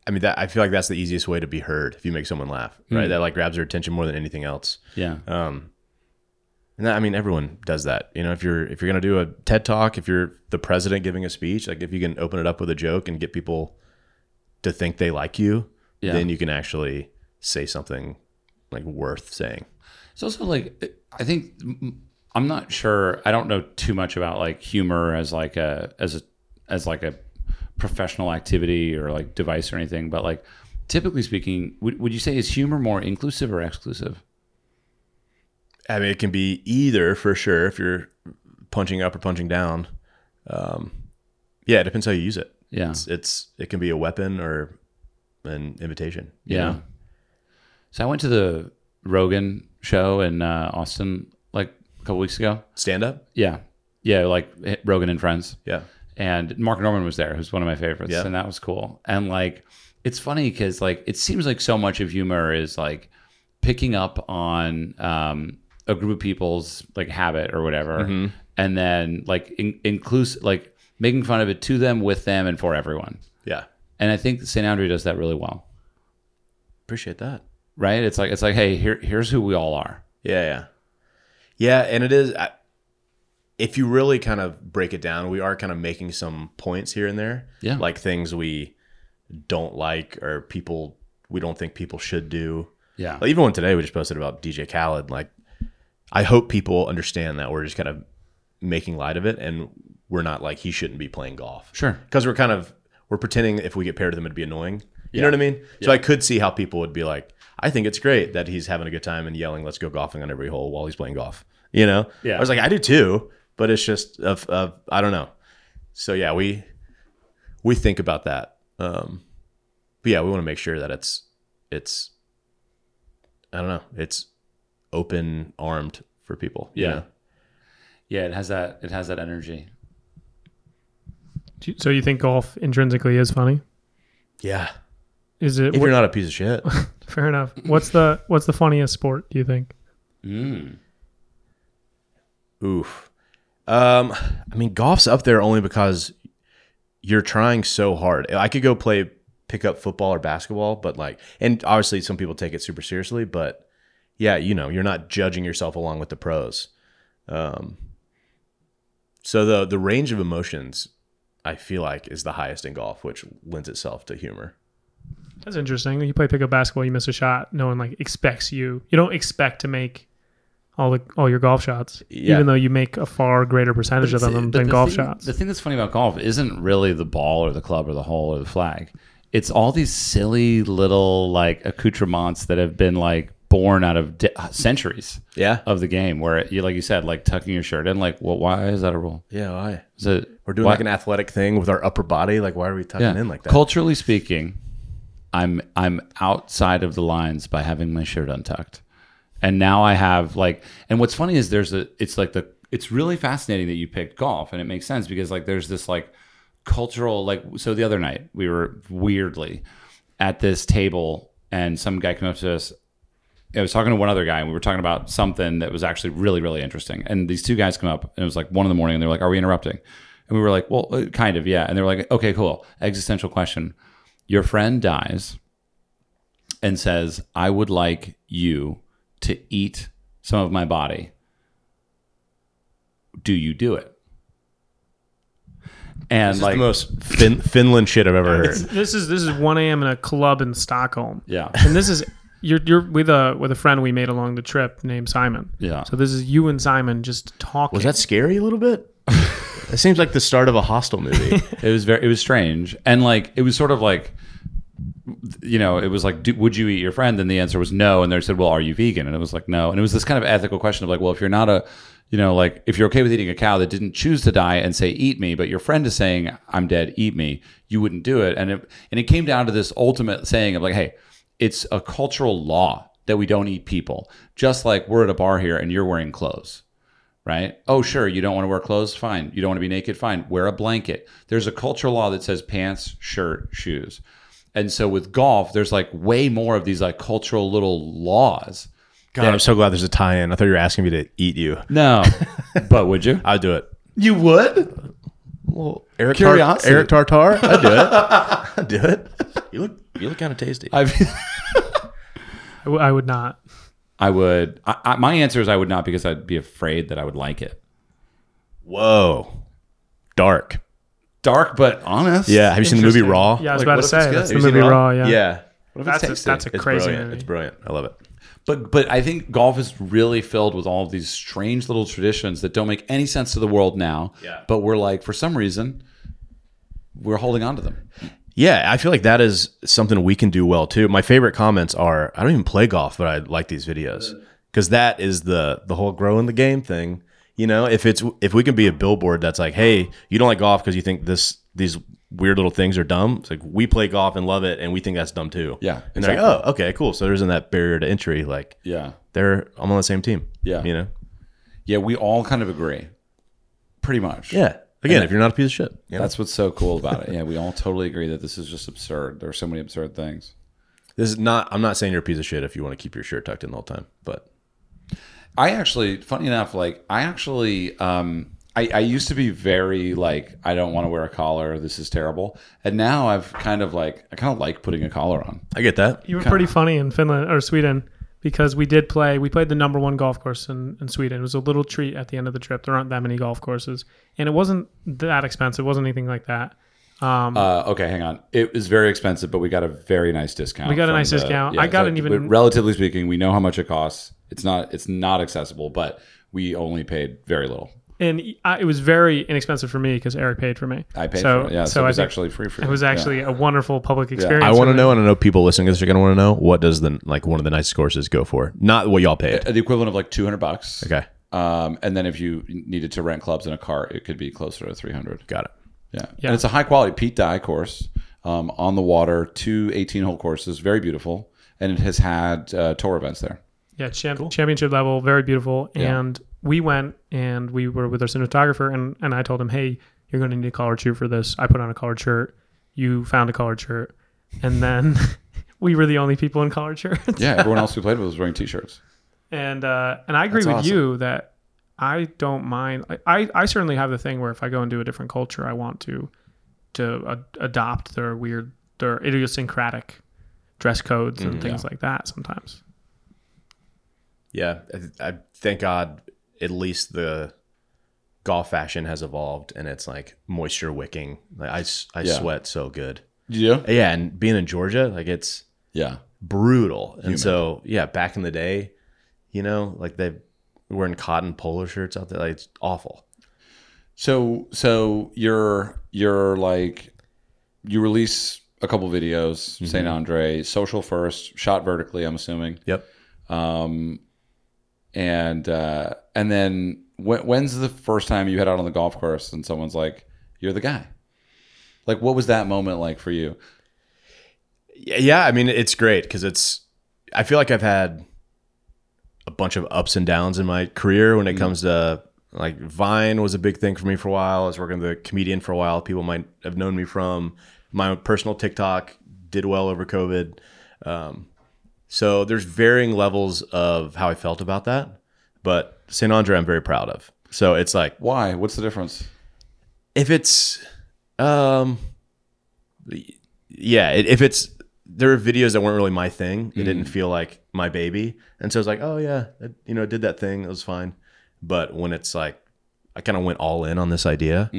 Speaker 3: I mean, that I feel like that's the easiest way to be heard if you make someone laugh, right? That like grabs their attention more than anything else. Um,
Speaker 1: Yeah.
Speaker 3: And that, I mean, everyone does that. You know, if you're if you're gonna do a TED talk, if you're the president giving a speech, like if you can open it up with a joke and get people to think they like you,
Speaker 1: Yeah.
Speaker 3: then you can actually say something like worth saying.
Speaker 1: it's also like I think I'm not sure. I don't know too much about like humor as like a as a as like a professional activity or like device or anything, but like typically speaking, would, would you say is humor more inclusive or exclusive?
Speaker 3: I mean, it can be either for sure if you're punching up or punching down. Um, yeah, it depends how you use it.
Speaker 1: Yeah.
Speaker 3: it's, it's it can be a weapon or an invitation. you
Speaker 1: Yeah.
Speaker 3: know?
Speaker 1: So I went to the Rogan show in uh, Austin like a couple weeks ago.
Speaker 3: Stand up.
Speaker 1: Yeah. Yeah, like eh, Rogan and Friends.
Speaker 3: Yeah.
Speaker 1: And Mark Norman was there, who's one of my favorites.
Speaker 3: Yeah.
Speaker 1: And that was cool. And like, it's funny because like, it seems like so much of humor is like picking up on um, Mm-hmm. a group of people's like habit or whatever. And then like in- inclusive, like making fun of it to them, with them, and for everyone.
Speaker 3: Yeah.
Speaker 1: And I think St. Andrew does that really well,
Speaker 3: Appreciate that.
Speaker 1: right? It's like it's like, hey, here, here's who we all are.
Speaker 3: Yeah, yeah, yeah. And it is. I, if you really kind of break it down, we are kind of making some points here and there.
Speaker 1: Yeah.
Speaker 3: like things we don't like or people we don't think people should do.
Speaker 1: Yeah,
Speaker 3: Like, even one today we just posted about DJ Khaled. Like, I hope people understand that we're just kind of making light of it, and we're not like he shouldn't be playing golf.
Speaker 1: sure.
Speaker 3: because we're kind of we're pretending if we get paired with him it'd be annoying you know what i mean so i could see how people would be like i think it's great that he's having a good time and yelling let's go golfing on every hole while he's playing golf you know
Speaker 1: Yeah.
Speaker 3: i was like i do too but it's just of, of i don't know so yeah we we think about that um but yeah we want to make sure that it's it's i don't know it's open armed for people you
Speaker 1: Yeah.
Speaker 3: know?
Speaker 1: Yeah, it has that. It has that energy.
Speaker 2: Do you- So you think golf intrinsically is funny?
Speaker 3: yeah
Speaker 2: Is it
Speaker 3: if you're not a piece of shit
Speaker 2: fair enough? What's the what's the funniest sport? Do you think?
Speaker 1: Mm.
Speaker 3: Oof. Um, I mean, golf's up there only because you're trying so hard. I could go play pick up football or basketball, but like, and obviously some people take it super seriously, but yeah, you know, you're not judging yourself along with the pros. Um, so the the range of emotions I feel like is the highest in golf, which lends itself to humor.
Speaker 2: That's interesting. You play pickup basketball, you miss a shot. No one like expects you. You don't expect to make all the all your golf shots,
Speaker 3: Yeah.
Speaker 2: even though you make a far greater percentage of
Speaker 1: But
Speaker 2: them
Speaker 1: the
Speaker 2: than golf
Speaker 1: thing-
Speaker 2: shots.
Speaker 1: The thing that's funny about golf isn't really the ball or the club or the hole or the flag. It's all these silly little like accoutrements that have been like born out of de- centuries
Speaker 3: Yeah.
Speaker 1: of the game. Where it, you, like you said, like tucking your shirt in. Like, well, why is that a rule?
Speaker 3: Yeah. Why?
Speaker 1: Is it
Speaker 3: We're doing
Speaker 1: why-
Speaker 3: like an athletic thing with our upper body. Like, why are we tucking
Speaker 1: yeah.
Speaker 3: in like that?
Speaker 1: Culturally speaking, I'm I'm outside of the lines by having my shirt untucked. And now I have like and what's funny is there's a it's like the it's really fascinating that you picked golf and it makes sense because like there's this like cultural like so the other night we were weirdly at this table and some guy came up to us I was talking to one other guy and we were talking about something that was actually really, really interesting. And these two guys come up and it was like one in the morning and they were like, Are we interrupting? And we were like, Well, uh, kind of, yeah. And they were like, Okay, cool. Existential question. Your friend dies and says, I would like you to eat some of my body. Do you do it? And
Speaker 3: It's
Speaker 1: like,
Speaker 3: the most fin- Finland shit I've ever heard.
Speaker 2: this is this is one a.m. in a club in Stockholm,
Speaker 1: yeah,
Speaker 2: and this is you're you're with a with a friend we made along the trip named Simon.
Speaker 1: yeah.
Speaker 2: So this is you and Simon just talking.
Speaker 3: Was that scary a little bit? It seems like the start of a hostile movie.
Speaker 1: it was very it was strange and like it was sort of like you know it was like do, would you eat your friend and the answer was no and they said well are you vegan and it was like no and it was this kind of ethical question of like well if you're not a you know like if you're okay with eating a cow that didn't choose to die and say eat me but your friend is saying i'm dead eat me you wouldn't do it and it and it came down to this ultimate saying of like hey it's a cultural law that we don't eat people just like we're at a bar here and you're wearing clothes right? Oh, sure, you don't want to wear clothes? Fine. You don't want to be naked? Fine. Wear a blanket. There's a cultural law that says pants, shirt, shoes. And so with golf, there's like way more of these like cultural little laws.
Speaker 3: God, I'm so glad there's a tie-in. I thought you were asking me to eat you.
Speaker 1: No, but would you?
Speaker 3: I'd do it.
Speaker 1: You would?
Speaker 3: Well, Eric
Speaker 1: Curiosity.
Speaker 3: Eric Tartar. I'd do it. I'd do it. You look, you look kind of tasty.
Speaker 1: I mean,
Speaker 2: I, w- I would not.
Speaker 1: I would. I, I, my answer is I would not because I'd be afraid that I would like it.
Speaker 3: Whoa, dark.
Speaker 1: Dark but honest.
Speaker 3: Yeah. Have you seen the movie
Speaker 1: Interesting.
Speaker 3: Raw?
Speaker 2: Yeah, I was
Speaker 1: Like,
Speaker 2: about to
Speaker 1: what if it's
Speaker 2: say
Speaker 1: good?
Speaker 2: that's the
Speaker 1: Have
Speaker 3: you seen
Speaker 2: movie
Speaker 3: Raw?
Speaker 2: Raw. Yeah,
Speaker 3: Yeah.
Speaker 1: What if it's
Speaker 2: that's a,
Speaker 1: tasty?
Speaker 2: that's a
Speaker 3: It's
Speaker 2: crazy
Speaker 3: brilliant.
Speaker 2: movie.
Speaker 3: It's brilliant. I love it.
Speaker 1: But but I think golf is really filled with all of these strange little traditions that don't make any sense to the world now.
Speaker 3: Yeah.
Speaker 1: But we're like, for some reason, we're holding on to them.
Speaker 3: Yeah, I feel like that is something we can do well too. My favorite comments are, I don't even play golf, but I like these videos because that is the the whole growing the game thing. You know, if it's if we can be a billboard that's like, hey, you don't like golf because you think this these weird little things are dumb. It's like we play golf and love it, and we think that's dumb too.
Speaker 1: Yeah,
Speaker 3: and they're like, oh, okay, cool. So there isn't that barrier to entry. Like
Speaker 1: Yeah.
Speaker 3: they're I'm on the same team.
Speaker 1: Yeah.
Speaker 3: you know.
Speaker 1: Yeah, we all kind of agree. Pretty much.
Speaker 3: Yeah. Again, if you're not a piece of shit, you know?
Speaker 1: That's what's so cool about it. Yeah, we all totally agree that this is just absurd. There are so many absurd things.
Speaker 3: this is not. I'm not saying you're a piece of shit if you want to keep your shirt tucked in the whole time, but
Speaker 1: I actually, funny enough, like I actually, um, I, I used to be very like I don't want to wear a collar. This is terrible. And now I've kind of like I kind of like putting a collar on.
Speaker 3: I get that.
Speaker 2: You were pretty funny in Finland or Sweden because we did play. We played the number one golf course in, in Sweden. It was a little treat at the end of the trip. There aren't that many golf courses, and it wasn't that expensive. It wasn't anything like that. Um,
Speaker 1: Uh, okay, hang on. It was very expensive, but we got a very nice discount.
Speaker 2: We got a
Speaker 1: from
Speaker 2: nice
Speaker 1: the-
Speaker 2: discount. I got an even-
Speaker 1: but relatively speaking, we know how much it costs. It's not it's not accessible, but we only paid very little.
Speaker 2: and I, it was very inexpensive for me because Eric paid for me.
Speaker 1: I paid
Speaker 2: so,
Speaker 1: for it. Yeah, so,
Speaker 2: so
Speaker 1: it
Speaker 2: I
Speaker 1: was
Speaker 2: think
Speaker 1: actually free for
Speaker 2: it was
Speaker 1: you. Yeah.
Speaker 2: actually a wonderful public experience.
Speaker 3: I want to
Speaker 2: for
Speaker 3: know,
Speaker 2: me.
Speaker 3: and I know people listening to this are going to want to know what does the like one of the nice courses go for? Not what y'all paid.
Speaker 1: the equivalent of like 200 bucks.
Speaker 3: Okay,
Speaker 1: Um, and then if you needed to rent clubs in a car, it could be closer to 300.
Speaker 3: got it.
Speaker 1: Yeah. And it's a high quality Pete Dye course um, on the water, two 18 hole courses, very beautiful. And it has had uh, tour events there.
Speaker 2: Yeah, champ- championship level, very beautiful.
Speaker 1: Yeah.
Speaker 2: And we went and we were with our cinematographer, and, and I told him, hey, you're going to need a collared shirt for this. I put on a collared shirt. You found a collared shirt. And then we were the only people in collared shirts.
Speaker 1: Yeah. Everyone else we played with was wearing t shirts.
Speaker 2: And uh, and I agree
Speaker 1: That's
Speaker 2: with
Speaker 1: awesome.
Speaker 2: you that I don't mind. I- I, I certainly have the thing where if I go into a different culture, I want to to a- adopt their weird, their idiosyncratic dress codes
Speaker 1: Mm-hmm.
Speaker 2: and things like that sometimes.
Speaker 3: Yeah, I, I thank God at least the golf fashion has evolved, and it's like moisture wicking. Like I, s- I
Speaker 1: Yeah.
Speaker 3: sweat so good.
Speaker 1: Yeah.
Speaker 3: Yeah, and being in Georgia, like it's
Speaker 1: Yeah.
Speaker 3: brutal. And so yeah, back in the day, you know, like they were in cotton polo shirts out there. Like it's awful.
Speaker 1: So so you're you're like you release a couple videos, Saint
Speaker 2: Mm-hmm.
Speaker 1: Andre, social first, shot vertically, I'm assuming,
Speaker 3: Yep.
Speaker 1: Um, and uh, and then when, when's the first time you head out on the golf course and someone's like, "You're the guy." Like, what was that moment like for you?
Speaker 3: Yeah, yeah, I mean, it's great because it's. I feel like I've had a bunch of ups and downs in my career when it comes to like Vine was a big thing for me for a while. I was working with a comedian for a while. People might have known me from my personal TikTok did well over COVID. Um, so there's varying levels of how I felt about that, but St. Andre, I'm very proud of. So it's like
Speaker 1: Why? What's the difference?
Speaker 3: if it's um yeah i- if it's there were videos that weren't really my thing it didn't feel like my baby and so i was like oh yeah I, you know I did that thing it was fine but when it's like i kind of went all in on this idea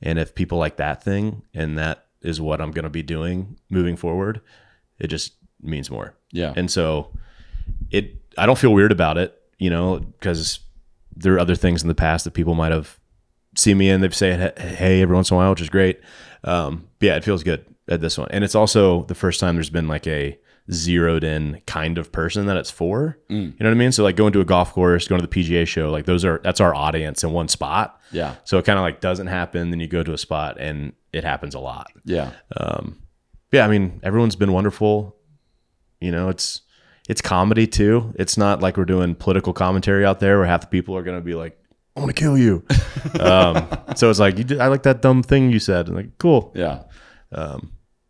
Speaker 3: and if people like that thing and that is what i'm going to be doing moving forward it just means more
Speaker 1: Yeah.
Speaker 3: and so it I don't feel weird about it, you know, because there are other things in the past that people might have seen me in. They've said hey every once in a while, which is great. Um, but yeah, it feels good at this one. And it's also the first time there's been like a zeroed in kind of person that it's for. You know what I mean? So like going to a golf course, going to the PGA show, like those are that's our audience in one spot.
Speaker 1: yeah.
Speaker 3: So it kind of like doesn't happen, then you go to a spot and it happens a lot
Speaker 1: Yeah.
Speaker 3: yeah, I mean, everyone's been wonderful. You know, it's it's comedy too. It's not like we're doing political commentary out there where half the people are gonna be like, "I want to kill you." um, so it's like, you did, I like that dumb thing you said, and like, cool.
Speaker 1: Yeah.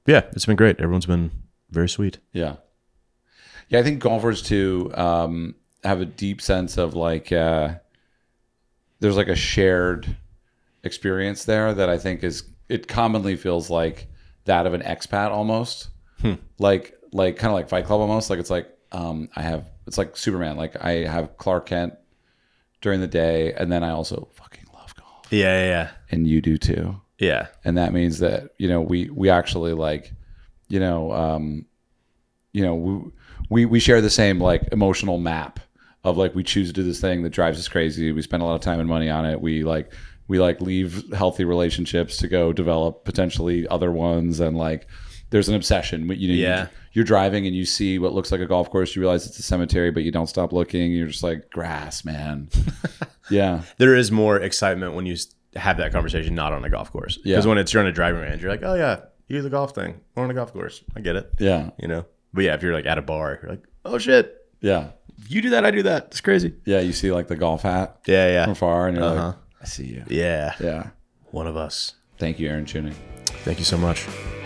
Speaker 3: Yeah, it's been great. Everyone's been very sweet.
Speaker 1: Yeah. Yeah, I think golfers too um, have a deep sense of like uh, there's like a shared experience there that I think is it commonly feels like that of an expat almost. Like like kind of like Fight Club almost. Like it's like um, I have it's like Superman. Like I have Clark Kent during the day, and then I also fucking love golf,
Speaker 3: Yeah, yeah,
Speaker 1: and you do too
Speaker 3: yeah. yeah.
Speaker 1: and that means that you know we we actually like you know um you know we we, we share the same like emotional map of like we choose to do this thing that drives us crazy we spend a lot of time and money on it we like we like leave healthy relationships to go develop potentially other ones and like there's an obsession you know you-
Speaker 3: Yeah.
Speaker 1: you're driving and you see what looks like a golf course you realize it's a cemetery but you don't stop looking you're just like grass man yeah
Speaker 3: There is more excitement when you s- have that conversation not on a golf course.
Speaker 1: Yeah.
Speaker 3: Because when it's you're on a driving range, you're like, "Oh yeah, you do the golf thing. We're on a golf course. I get it."
Speaker 1: yeah
Speaker 3: You know. But yeah, if you're like at a bar, you're like, "Oh shit,
Speaker 1: yeah
Speaker 3: you do that, I do that. It's crazy."
Speaker 1: yeah you see like the golf hat
Speaker 3: Yeah, yeah.
Speaker 1: from far and you're like i see you
Speaker 3: Yeah.
Speaker 1: Yeah.
Speaker 3: One of us.
Speaker 1: Thank you, Aaron Tuning.
Speaker 3: Thank you so much.